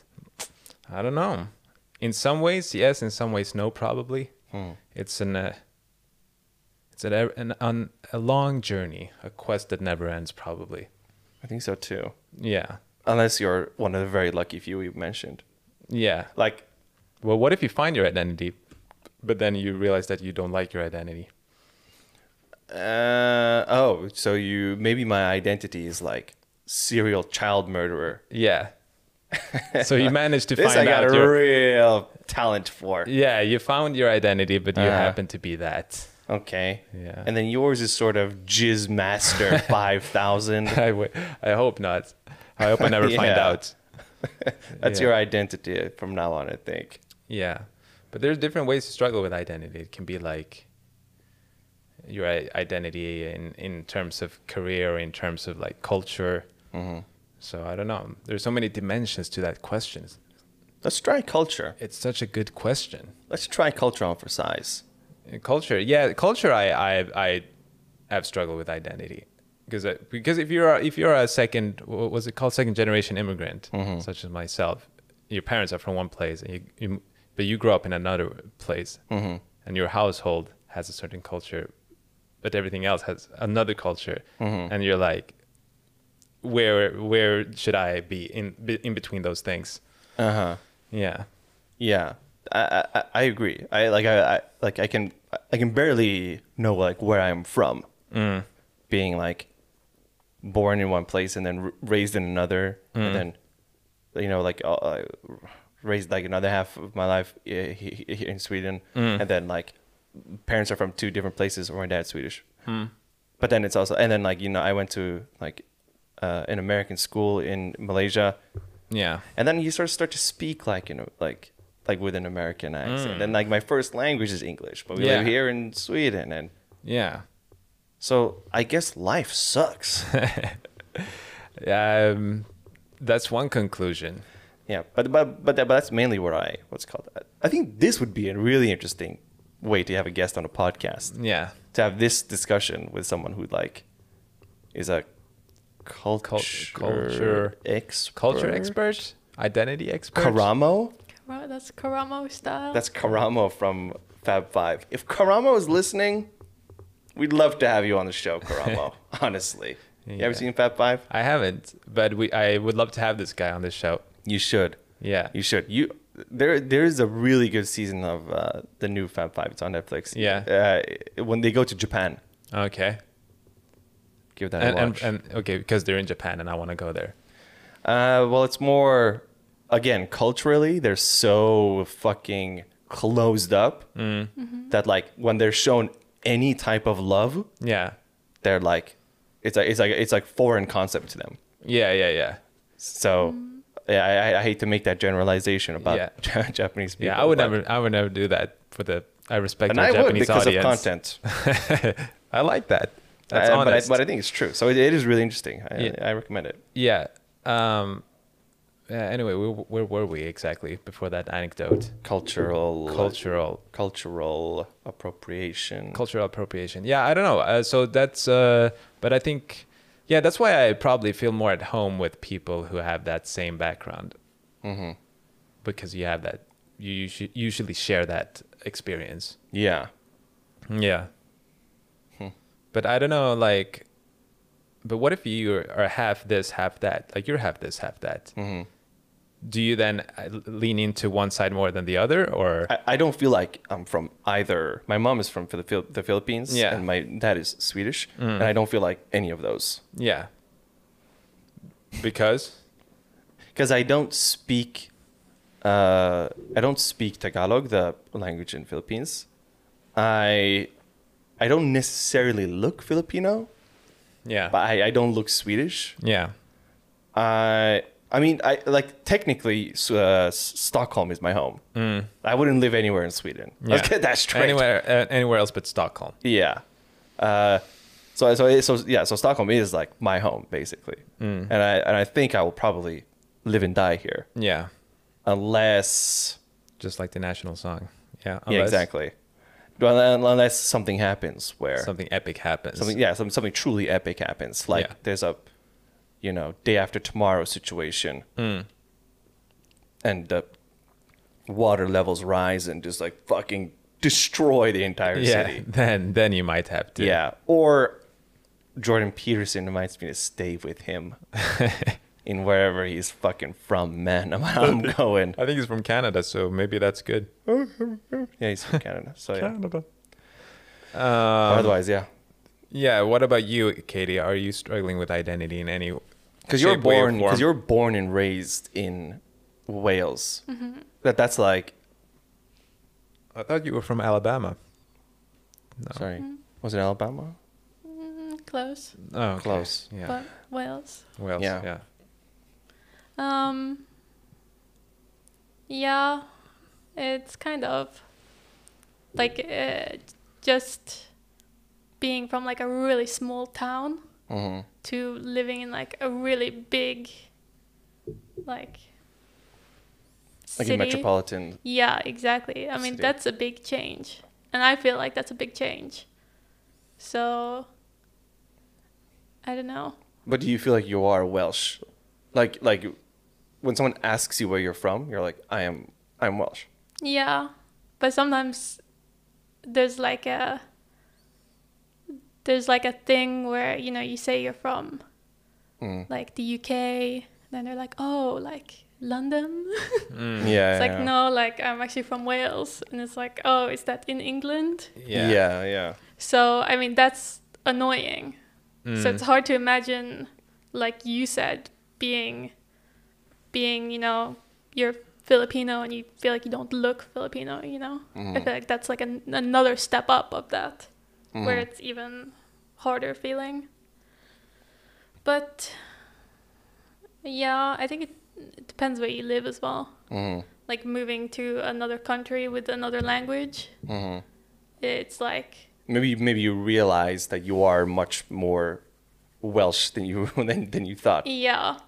S2: I don't know. In some ways, yes. In some ways, no. Probably.
S1: Hmm.
S2: It's an uh, it's an, er, an, an a long journey, a quest that never ends. Probably.
S1: I think so too.
S2: Yeah.
S1: Unless you're one of the very lucky few you mentioned.
S2: Yeah.
S1: Like,
S2: Well, what if you find your identity, but then you realize that you don't like your identity?
S1: uh, oh, so you maybe my identity is like serial child murderer. <laughs>
S2: Yeah. so you managed to
S1: This
S2: find
S1: I got
S2: out
S1: a
S2: your
S1: real talent for.
S2: yeah you found your identity, but you
S1: Uh-huh.
S2: happen to be that. <laughs>
S1: Okay.
S2: Yeah.
S1: And then yours is sort of Jizz
S2: <laughs>
S1: Master 5000.
S2: I w- I hope not. I hope I
S1: <laughs>
S2: never find
S1: Yeah.
S2: out.
S1: That's
S2: Yeah.
S1: your identity from now on, I think.
S2: Yeah, but there's different ways to struggle with identity. It can be like your i- identity in in terms of career, in terms of like culture. So I don't know. There's so many dimensions to that question. It's-
S1: Let's try culture.
S2: It's such a good question.
S1: Let's try culture on for size.
S2: Uh, Culture, yeah, culture. I I I have struggled with identity because I, because if you're a, if you're a second what was it called second generation immigrant such as myself, your parents are from one place and you, you but you grow up in another place and your household has a certain culture, but everything else has another culture, and you're like, where where should I be in be- in between those things?
S1: Uh huh.
S2: Yeah,
S1: Yeah, I, I I agree. I like I, I like I can I can barely know like where I'm from, being like born in one place and then r- raised in another, and then you know like uh, uh, raised like another half of my life uh, he- he- here in Sweden, and then like parents are from two different places, or my dad's Swedish. But then it's also and then like you know I went to like uh, an American school in Malaysia,
S2: yeah,
S1: and then you sort of start to speak like you know like like with an American accent. And like my first language is English, but we
S2: Mm. Yeah.
S1: live here in Sweden, and
S2: yeah.
S1: so I guess life
S2: <laughs>
S1: sucks.
S2: Um, that's one conclusion.
S1: yeah, but but but, that, but that's mainly what I what's it called. I think this would be a really interesting way to have a guest on a podcast
S2: Yeah.
S1: to have this discussion with someone who like is a culture
S2: culture-
S1: expert.
S2: Culture expert, identity expert.
S1: Karamo.
S3: Wow, that's Karamo style.
S1: That's Karamo from Fab Five. If Karamo is listening, we'd love to have you on the show, <laughs> Karamo. honestly, you
S2: Yeah.
S1: ever seen Fab Five?
S2: I haven't, but we I would love to have this guy on this show.
S1: You should.
S2: Yeah.
S1: You should. You there. There is a really good season of uh, the new Fab Five. It's on Netflix.
S2: Yeah.
S1: Uh, when they go to Japan,
S2: Okay.
S1: give that
S2: And,
S1: a
S2: and
S1: watch.
S2: and okay, because they're in Japan and I want to go there.
S1: Uh, well, it's more, again, culturally, they're so fucking closed up that, like, when they're shown any type of love,
S2: Yeah.
S1: they're like, it's like, it's like, it's like foreign concept to them.
S2: Yeah, yeah, yeah.
S1: So, yeah, I, I- I hate to make that generalization about
S2: Mm-hmm. Yeah.
S1: Ja- <laughs> Japanese people.
S2: Yeah, I would
S1: but-
S2: never I would never do that for the I respect
S1: and
S2: our
S1: I would
S2: Japanese
S1: because
S2: audience.
S1: of content.
S2: content. <laughs> I like that. That's
S1: Uh, but, I,
S2: honest.
S1: but I think it's true. So it, it is really interesting. I,
S2: Yeah.
S1: I recommend it.
S2: yeah. Um uh, anyway, we, where were we exactly before that anecdote?
S1: Cultural.
S2: Cultural,
S1: Cultural appropriation.
S2: cultural appropriation. Yeah, I don't know. Uh, so that's, uh, but I think, yeah, that's why I probably feel more at home with people who have that same background,
S1: hmm
S2: because you have that, you usu- usually share that experience.
S1: Yeah.
S2: Yeah. But I don't know, like, but what if you are half this, half that? Like, you're half this, half that.
S1: Mhm.
S2: Do you then uh, lean into one side more than the other, or
S1: I, I don't feel like I'm from either. My mom is from Phil- Phil- the Philippines,
S2: Yeah. Mm.
S1: and my dad is Swedish, and I don't feel like any of those
S2: yeah? Because
S1: because I don't speak. Uh, I don't speak Tagalog, the language in Philippines. I, I don't necessarily look Filipino,
S2: yeah,
S1: but I, I don't look Swedish.
S2: yeah,
S1: I I mean, I like technically S- uh, S- Stockholm is my home. I wouldn't live anywhere in Sweden. Let's
S2: Mm. Yeah.
S1: get that straight.
S2: anywhere, uh, anywhere else but Stockholm.
S1: Yeah. Uh, so so so yeah. So Stockholm is like my home basically,
S2: Mm.
S1: and I and I think I will probably live and die here
S2: Yeah,
S1: unless
S2: just like the national song. Yeah,
S1: yeah
S2: unless
S1: exactly Well, unless something happens where
S2: Something epic happens.
S1: something yeah something, something truly epic happens like
S2: Yeah.
S1: there's a you know day after tomorrow situation
S2: Hmm.
S1: and the water levels rise and just like fucking destroy the
S2: <laughs>
S1: entire
S2: yeah,
S1: city
S2: then then you might have to.
S1: yeah or jordan peterson invites me to stay with
S2: <laughs>
S1: him in wherever he's fucking from man <laughs> i'm,
S2: <laughs>
S1: I'm going
S2: I think he's from Canada, so maybe that's good.
S1: yeah he's from canada so yeah
S2: Canada.
S1: otherwise yeah
S2: Yeah. What about you, Katie? Are you struggling with identity in any?
S1: because you're
S2: shape, way, or
S1: born
S2: form?
S1: because you're born and raised in Wales.
S3: Mm-hmm.
S1: That that's like
S2: I thought you were from Alabama.
S1: sorry,
S3: Mm-hmm.
S1: was it Alabama?
S3: Mm, close.
S2: Oh, okay.
S1: Close.
S2: Yeah.
S3: But Wales.
S2: Wales.
S1: Yeah.
S2: Yeah.
S3: Um. Yeah, it's kind of like uh, just being from like a really small town Mm-hmm.
S1: hmm
S3: to living in like a really big, like.
S1: Like
S3: city.
S1: a metropolitan.
S3: Yeah, exactly. I mean,
S1: City.
S3: that's a big change. And I feel like that's a big change. So, I don't know.
S1: But do you feel like you are Welsh? Like like when someone asks you where you're from, you're like I am I'm Welsh.
S3: Yeah. But sometimes there's like a there's like a thing where, you know, you say you're from
S1: Mm.
S3: like the UK, then they're like, "Oh, like London." <laughs>
S1: Yeah. yeah,
S3: Mm-hmm. it's like,
S1: yeah.
S3: "No, like I'm actually from Wales." And it's like, "Oh, is that in England?"
S1: Yeah.
S2: Yeah.
S1: yeah,
S3: So I mean that's annoying. So
S2: Mm.
S3: it's hard to imagine, like you said, being being, you know, you're Filipino and you feel like you don't look Filipino, you know?
S1: Mm.
S3: I feel like that's like an, another step up of that
S1: Mm. Mm-hmm.
S3: where it's even harder feeling. But yeah, I think it, it depends where you live as well.
S1: Mm-hmm.
S3: Like moving to another country with another language,
S1: hmm
S3: it's like
S1: Maybe maybe you realize that you are much more Welsh than you <laughs> than, than you thought.
S3: Yeah.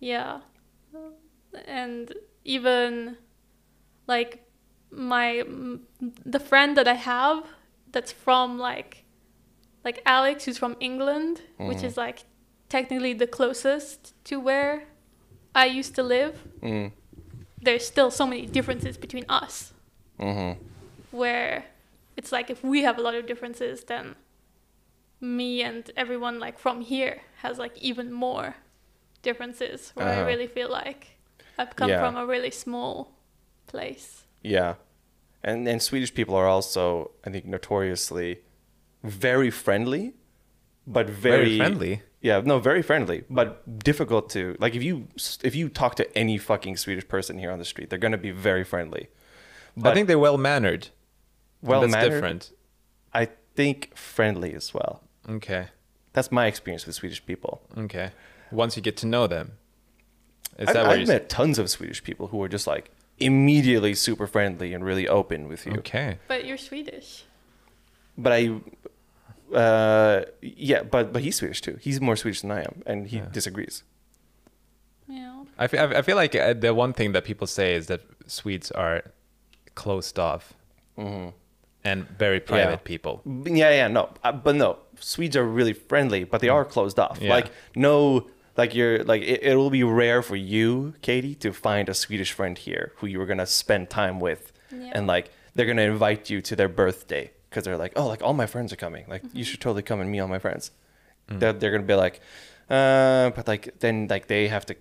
S3: Yeah. And even like my m- the friend that I have that's from like like Alex who's from England, which is like technically the closest to where I used to live.
S1: Mm.
S3: There's still so many differences between us
S1: Mm-hmm.
S3: where it's like if we have a lot of differences then me and everyone like from here has like even more differences where
S1: Uh-huh.
S3: i really feel like i've come
S1: Yeah.
S3: from a really small place
S1: Yeah. And and Swedish people are also, I think, notoriously very friendly, but very,
S2: Very friendly?
S1: Yeah, no, very friendly, but difficult to like. If you if you talk to any fucking Swedish person here on the street, they're gonna be very friendly. But
S2: I think they're well mannered.
S1: well
S2: that's
S1: mannered.
S2: different.
S1: I think friendly as well.
S2: Okay.
S1: That's my experience with Swedish people.
S2: Okay. Once you get to know them, is
S1: I've,
S2: that what you
S1: I've met tons of Swedish people who are just like immediately super friendly and really open with you.
S2: Okay.
S3: but you're swedish
S1: but I, uh, yeah, but but he's Swedish too. He's more Swedish than I am, and he disagrees.
S3: yeah know.
S2: I feel, I feel like uh, the one thing that people say is that Swedes are closed off and very private people. <laughs>
S1: B- Mm-hmm. Yeah, yeah, no, uh, but no, Swedes are really friendly, but they are closed off.
S2: Yeah.
S1: Like no, like you're like it, it will be rare for you, Katie, to find a Swedish friend here who you were gonna spend time with,
S3: Yeah.
S1: and like they're gonna invite you to their birthday because they're like, oh, like all my friends are coming, like you should totally come and meet all my friends. They're, they're gonna be like, uh, but like then like they have to,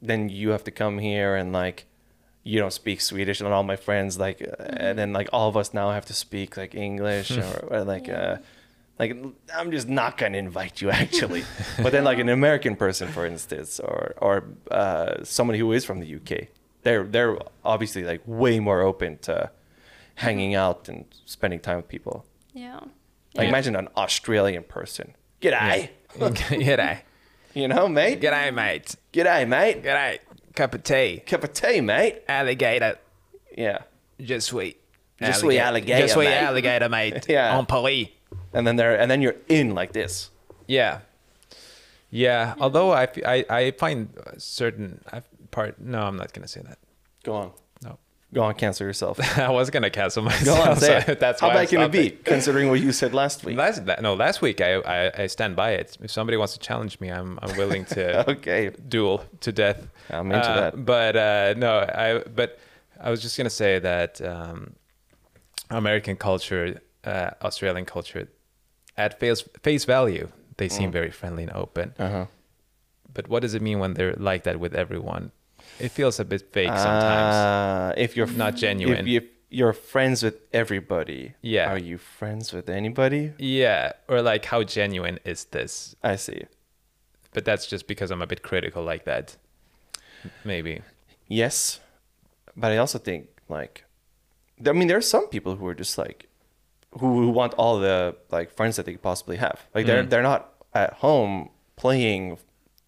S1: then you have to come here and like. You don't speak Swedish, and all my friends like, uh, and then like all of us now have to speak like English or, or like uh, like I'm just not gonna invite you actually. but then like an American person, for instance, or or uh, someone who is from the UK, they're they're obviously like way more open to hanging out and spending time with people.
S3: Yeah.
S1: Like
S3: Yeah.
S1: imagine an Australian person. G'day,
S2: G'day.
S1: you know, mate.
S2: G'day, mate.
S1: G'day, mate.
S2: G'day. Cup of tea.
S1: Cup of tea, mate.
S2: Alligator.
S1: Yeah.
S2: Just sweet.
S1: Je suis alligator,
S2: Just sweet
S1: mate.
S2: alligator, mate.
S1: <laughs> Yeah.
S2: En Paris.
S1: And then they're and then you're in like this.
S2: Yeah. Yeah. Although I, f- I, I find a certain I- part. No, I'm not going to say that.
S1: Go on.
S2: No. <laughs>
S1: Go on, cancel yourself.
S2: I was going to cancel
S1: Go
S2: myself.
S1: on, say
S2: so
S1: it.
S2: That's
S1: How
S2: why I'm
S1: bad can it be,
S2: stopping.
S1: considering what you said last week?
S2: Last, la- no, last week I, I, I stand by it. If somebody wants to challenge me, I'm, I'm willing
S1: <laughs> <laughs>
S2: to
S1: Okay.
S2: duel to death.
S1: I'm into
S2: Uh,
S1: that.
S2: But uh, no, I but I was just gonna say that um, American culture, uh, Australian culture, at face face value, they seem very friendly and open.
S1: Mm. Uh-huh.
S2: But what does it mean when they're like that with everyone? It feels a bit fake sometimes.
S1: Uh, if you're
S2: Not genuine.
S1: if, you- you're friends with everybody,
S2: Yeah.
S1: Are you friends with anybody?
S2: yeah, or like how genuine is this?
S1: I see.
S2: But that's just because I'm a bit critical like that. Maybe.
S1: Yes, but I also think like, th- I mean, there are some people who are just like, who, who want all the like friends that they could possibly have. Like they're
S2: Mm.
S1: they're not at home playing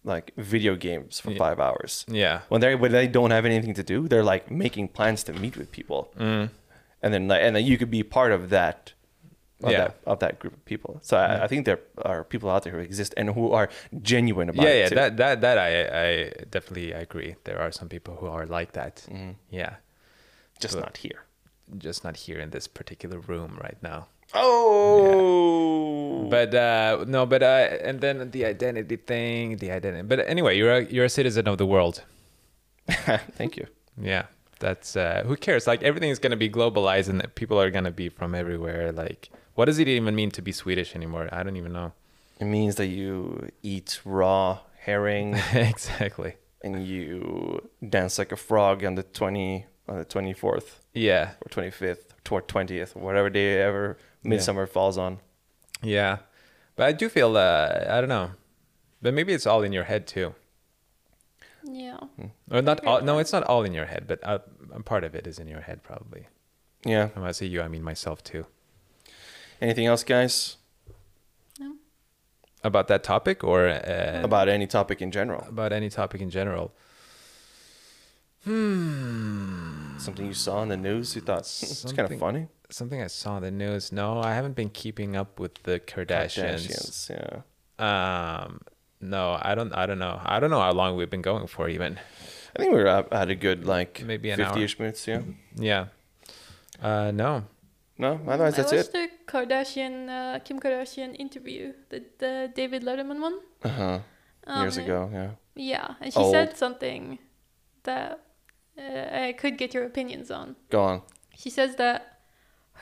S1: like video games for five hours.
S2: Yeah.
S1: when they when they don't have anything to do, they're like making plans to meet with people,
S2: Mm.
S1: and then like, and then you could be part of that, of
S2: Yeah. Mm.
S1: that, of that group of people. So I, I think there are people out there who exist and who are genuine about
S2: yeah
S1: it.
S2: yeah
S1: too.
S2: that that that i i definitely agree there are some people who are like that yeah
S1: just not here.
S2: just not here in this particular room right now
S1: Oh,
S2: but uh no but uh and then the identity thing the identity but anyway you're a you're a citizen of the world <laughs>
S1: thank you.
S2: yeah that's uh who cares like everything's gonna be globalized and people are gonna be from everywhere like what does it even mean to be swedish anymore i don't even know <laughs>
S1: It means that you eat raw
S2: <laughs>
S1: herring
S2: exactly
S1: and you dance like a frog on the twenty on the twenty fourth
S2: yeah
S1: or twenty fifth or twentieth, whatever day ever midsummer falls on.
S2: yeah but i do feel uh i don't know but maybe it's all in your head too
S3: Yeah.
S2: Or not all, no, it's not all in your head, but uh, a part of it is in your head probably.
S1: Yeah.
S2: And when I say you, I mean myself too.
S1: Anything else, guys?
S2: About that topic or uh,
S1: about any topic in general.
S2: about any topic in general. Hmm,
S1: Something you saw in the news you thought "Hmm, it's kind of
S2: Something-
S1: funny.
S2: Something I saw in the news. No, I haven't been keeping up with the Kardashians.
S1: Kardashians, Yeah.
S2: Um, no, I don't. I don't know. I don't know how long we've been going for even.
S1: I think we were up, had a good like
S2: Maybe an hour.
S1: 50-ish minutes. Yeah.
S2: Yeah. Uh, no.
S1: No, otherwise that's
S3: I watched
S1: it.
S3: the Kardashian, uh, Kim Kardashian interview, the, the David Letterman one.
S1: Uh huh.
S3: Um,
S1: Years ago. Yeah.
S3: Yeah, and she
S1: Old.
S3: said something that uh, I could get your opinions on.
S1: Go on.
S3: She says that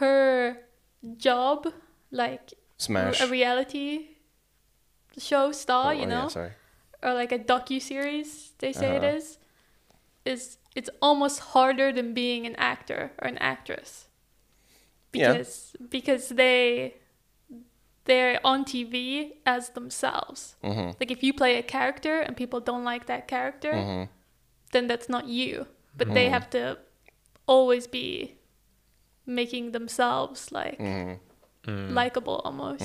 S3: her job, like
S1: Smash.
S3: a reality show
S1: Oh,
S3: star,
S1: oh,
S3: you know,
S1: Yeah, sorry.
S3: or like a docu series, they say it
S1: Uh-huh.
S3: is, is it's almost harder than being an actor or an actress.
S1: Yeah.
S3: Because because they they're on TV as themselves.
S1: Mhm.
S3: Like if you play a character and people don't like that character,
S1: Mhm.
S3: then that's not you. But they have to always be making themselves like likable almost.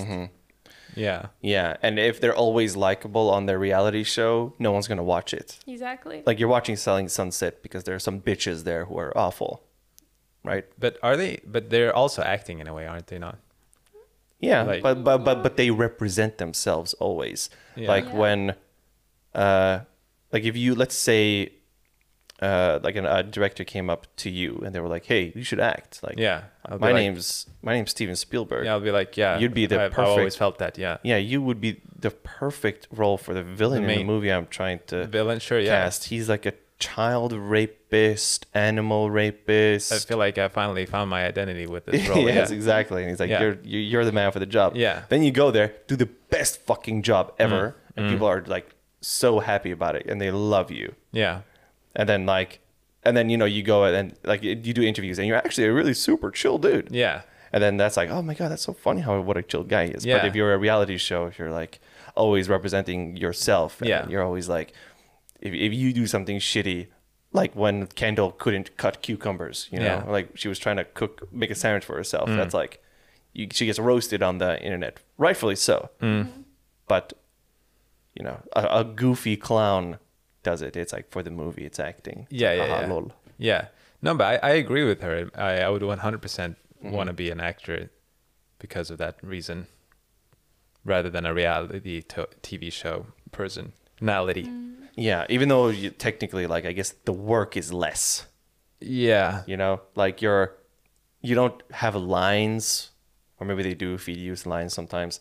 S2: Yeah.
S1: Yeah, and if they're always likable on their reality show, no one's gonna watch it.
S3: Exactly.
S1: Like you're watching Selling Sunset because there are some bitches there who are awful, right?
S2: But are they? But they're also acting in a way, aren't they? Not.
S1: Yeah,
S2: Like-
S1: but but but but they represent themselves always.
S2: Yeah.
S1: Like
S3: Yeah.
S1: when, uh, like if you let's say uh, like an, a director came up to you and they were like, "Hey, you should act." Like,
S2: Yeah, I'll be
S1: my
S2: like-
S1: name's my name's Steven Spielberg.
S2: Yeah, I'll be like, yeah.
S1: You'd be the
S2: I've, I've always
S1: perfect-
S2: felt that. Yeah.
S1: Yeah, you would be the perfect role for the villain in
S2: The
S1: the
S2: main-
S1: movie I'm trying to
S2: Villain, sure. Yeah.
S1: cast. He's like a child rapist, animal rapist.
S2: I feel like I finally found my identity
S1: <laughs>
S2: with this role.
S1: yes,
S2: yeah.
S1: exactly. And he's like,
S2: Yeah.
S1: you're you- you're the man for the job.
S2: Yeah. Mm.
S1: Then you go there, do the best fucking job ever, and people are like so happy about it, and they love you.
S2: Yeah.
S1: And then like, and then you know you go and like you do interviews, and you're actually a really super chill dude.
S2: Yeah.
S1: And then that's like, oh my god, that's so funny how what a chill guy he is.
S2: Yeah.
S1: But if you're a reality show, if you're like always representing yourself, and
S2: Yeah.
S1: you're always like, if if you do something shitty. Like when Kendall couldn't cut cucumbers, you know,
S2: Yeah. Mm.
S1: like she was trying to cook, make a sandwich for herself. That's like, you, she gets roasted on the internet, rightfully so.
S2: Mm.
S1: But, you know, a, a goofy clown does it. It's like for the movie, it's acting. It's
S2: Yeah.
S1: like,
S2: Yeah.
S1: "Haha,
S2: yeah.
S1: lol."
S2: Yeah. No, but I, I agree with her. I, I would 100% percent
S1: Mm-hmm.
S2: want to be an actor because of that reason rather than a reality to- TV show personality.
S1: Yeah, even though you, technically, like, I guess the work is less.
S2: Yeah.
S1: You know, like you're, you don't have lines, or maybe they do if you use lines sometimes,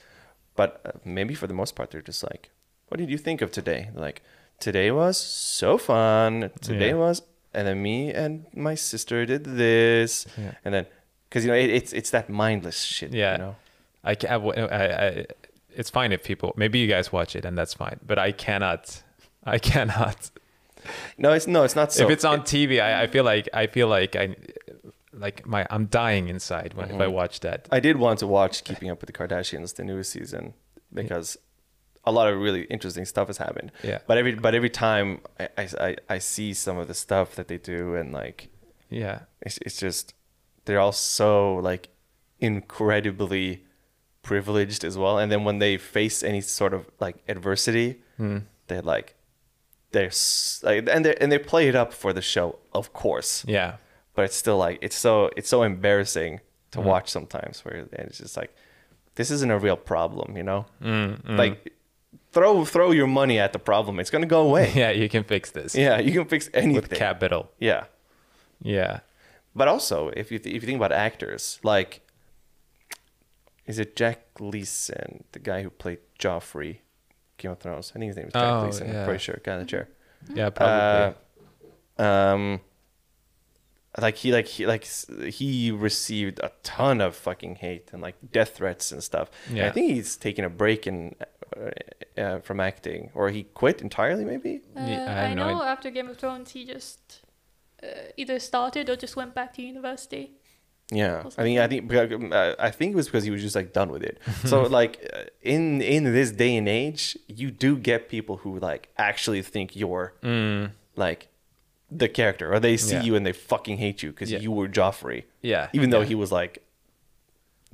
S1: but uh, maybe for the most part they're just like, "What did you think of today?" Like, "Today was so fun. Today
S2: Yeah.
S1: was," and then me and my sister did this, and then because you know it, it's it's that mindless shit.
S2: Yeah.
S1: You know?
S2: I can I, w- I- I- it's fine if people, maybe you guys watch it and that's fine, but I cannot, I cannot.
S1: No, it's no, it's not. So,
S2: if it's on TV, I, I feel like, I feel like I, like my, I'm dying inside when,
S1: Mm-hmm.
S2: if I watch that.
S1: I did want to watch Keeping Up with the Kardashians, the newest season, because a lot of really interesting stuff has happened.
S2: Yeah.
S1: But every but every time I I, I, I see some of the stuff that they do, and like
S2: Yeah.
S1: it's it's just they're all so like incredibly privileged as well. And then when they face any sort of like adversity, they're like they're s- like and they and they play it up for the show, of course
S2: Yeah. <laughs>
S1: but it's still like it's so it's so embarrassing
S2: Mm.
S1: to watch sometimes where and it's just like this isn't a real problem you know
S2: Mm,
S1: like throw throw your money at the problem it's gonna go
S2: <laughs>
S1: away
S2: Yeah. You can fix this
S1: yeah you can fix anything
S2: with capital.
S1: yeah
S2: Yeah.
S1: but also if you if you think about actors like is it Jack Leeson the guy who played Joffrey Game of Thrones I think his name is Jack
S2: Oh,
S1: Leeson
S2: yeah.
S1: I'm pretty sure guy in the chair Uh,
S2: Yeah, probably.
S1: um like he like he like s- he received a ton of fucking hate and like death threats and stuff And
S2: Yeah.
S1: i think he's taken a break in uh, uh, from acting or he quit entirely maybe
S3: Uh,
S2: Yeah, I
S3: I,
S2: have no
S3: know
S2: idea.
S3: after Game of Thrones, he just uh, either started or just went back to university.
S1: yeah
S3: Or
S1: i think i think uh, i think it was because he was just like done with
S2: <laughs>
S1: it so like uh, in in this day and age you do get people who like actually think you're like the character or they see
S2: Mm. Yeah.
S1: you and they fucking hate you because
S2: Yeah.
S1: you were joffrey
S2: Yeah.
S1: even though
S2: Yeah.
S1: he was like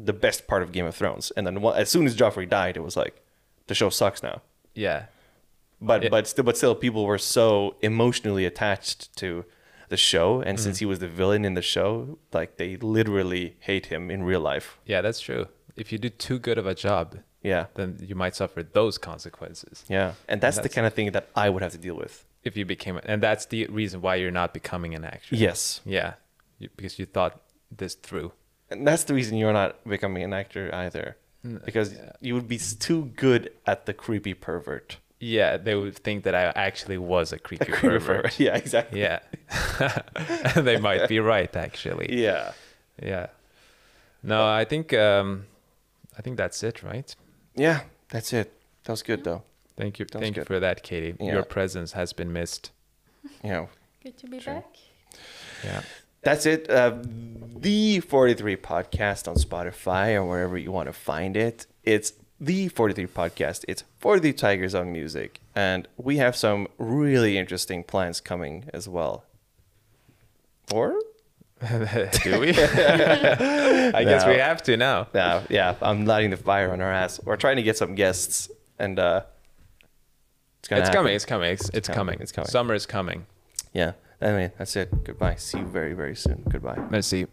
S1: the best part of Game of Thrones. And then one- as soon as Joffrey died, it was like the show sucks now.
S2: Yeah.
S1: But
S2: Yeah.
S1: but still but still people were so emotionally attached to the show and since he was the villain in the show, like they literally hate him in real life.
S2: Yeah, that's true. If you do too good of a job,
S1: Yeah.
S2: then you might suffer those consequences.
S1: Yeah. And that's,
S2: That's-
S1: the kind of thing that I would have to deal with.
S2: If you became and that's the reason why you're not becoming an actor.
S1: Yes.
S2: Yeah. You- because you thought this through.
S1: And that's the reason you're not becoming an actor either. Because you would be s- too good at the creepy pervert.
S2: Yeah, they would think that I actually was <laughs> a creepy
S1: Creepy
S2: pervert.
S1: pervert. <laughs> Yeah, exactly.
S2: Yeah. <laughs> And they might be right actually.
S1: Yeah.
S2: Yeah. No, I think um I think that's it, right?
S1: Yeah, that's it. That was good though.
S2: Thank you.
S1: Sounds
S2: Thank you
S1: good.
S2: for that, Katie.
S1: Yeah.
S2: Your presence has been missed.
S1: Yeah.
S3: Good to be
S1: Sure.
S3: back.
S2: <laughs> Yeah.
S1: That's it. Uh, the 43 podcast on Spotify or wherever you want to find it. It's the 43 podcast. It's 43 Tigers on Music. And we have some really interesting plans coming as well. Or?
S2: Do we? <laughs> I guess we
S1: No.
S2: have to now.
S1: Yeah, yeah, I'm lighting the fire on our ass. We're trying to get some guests. And uh, it's, gonna
S2: It's
S1: happen.
S2: coming. It's coming. It's, it's
S1: coming,
S2: coming.
S1: it's coming.
S2: Summer is coming.
S1: Yeah. Anyway, that's it. Goodbye. See you very, very soon. Goodbye.
S2: Let's see.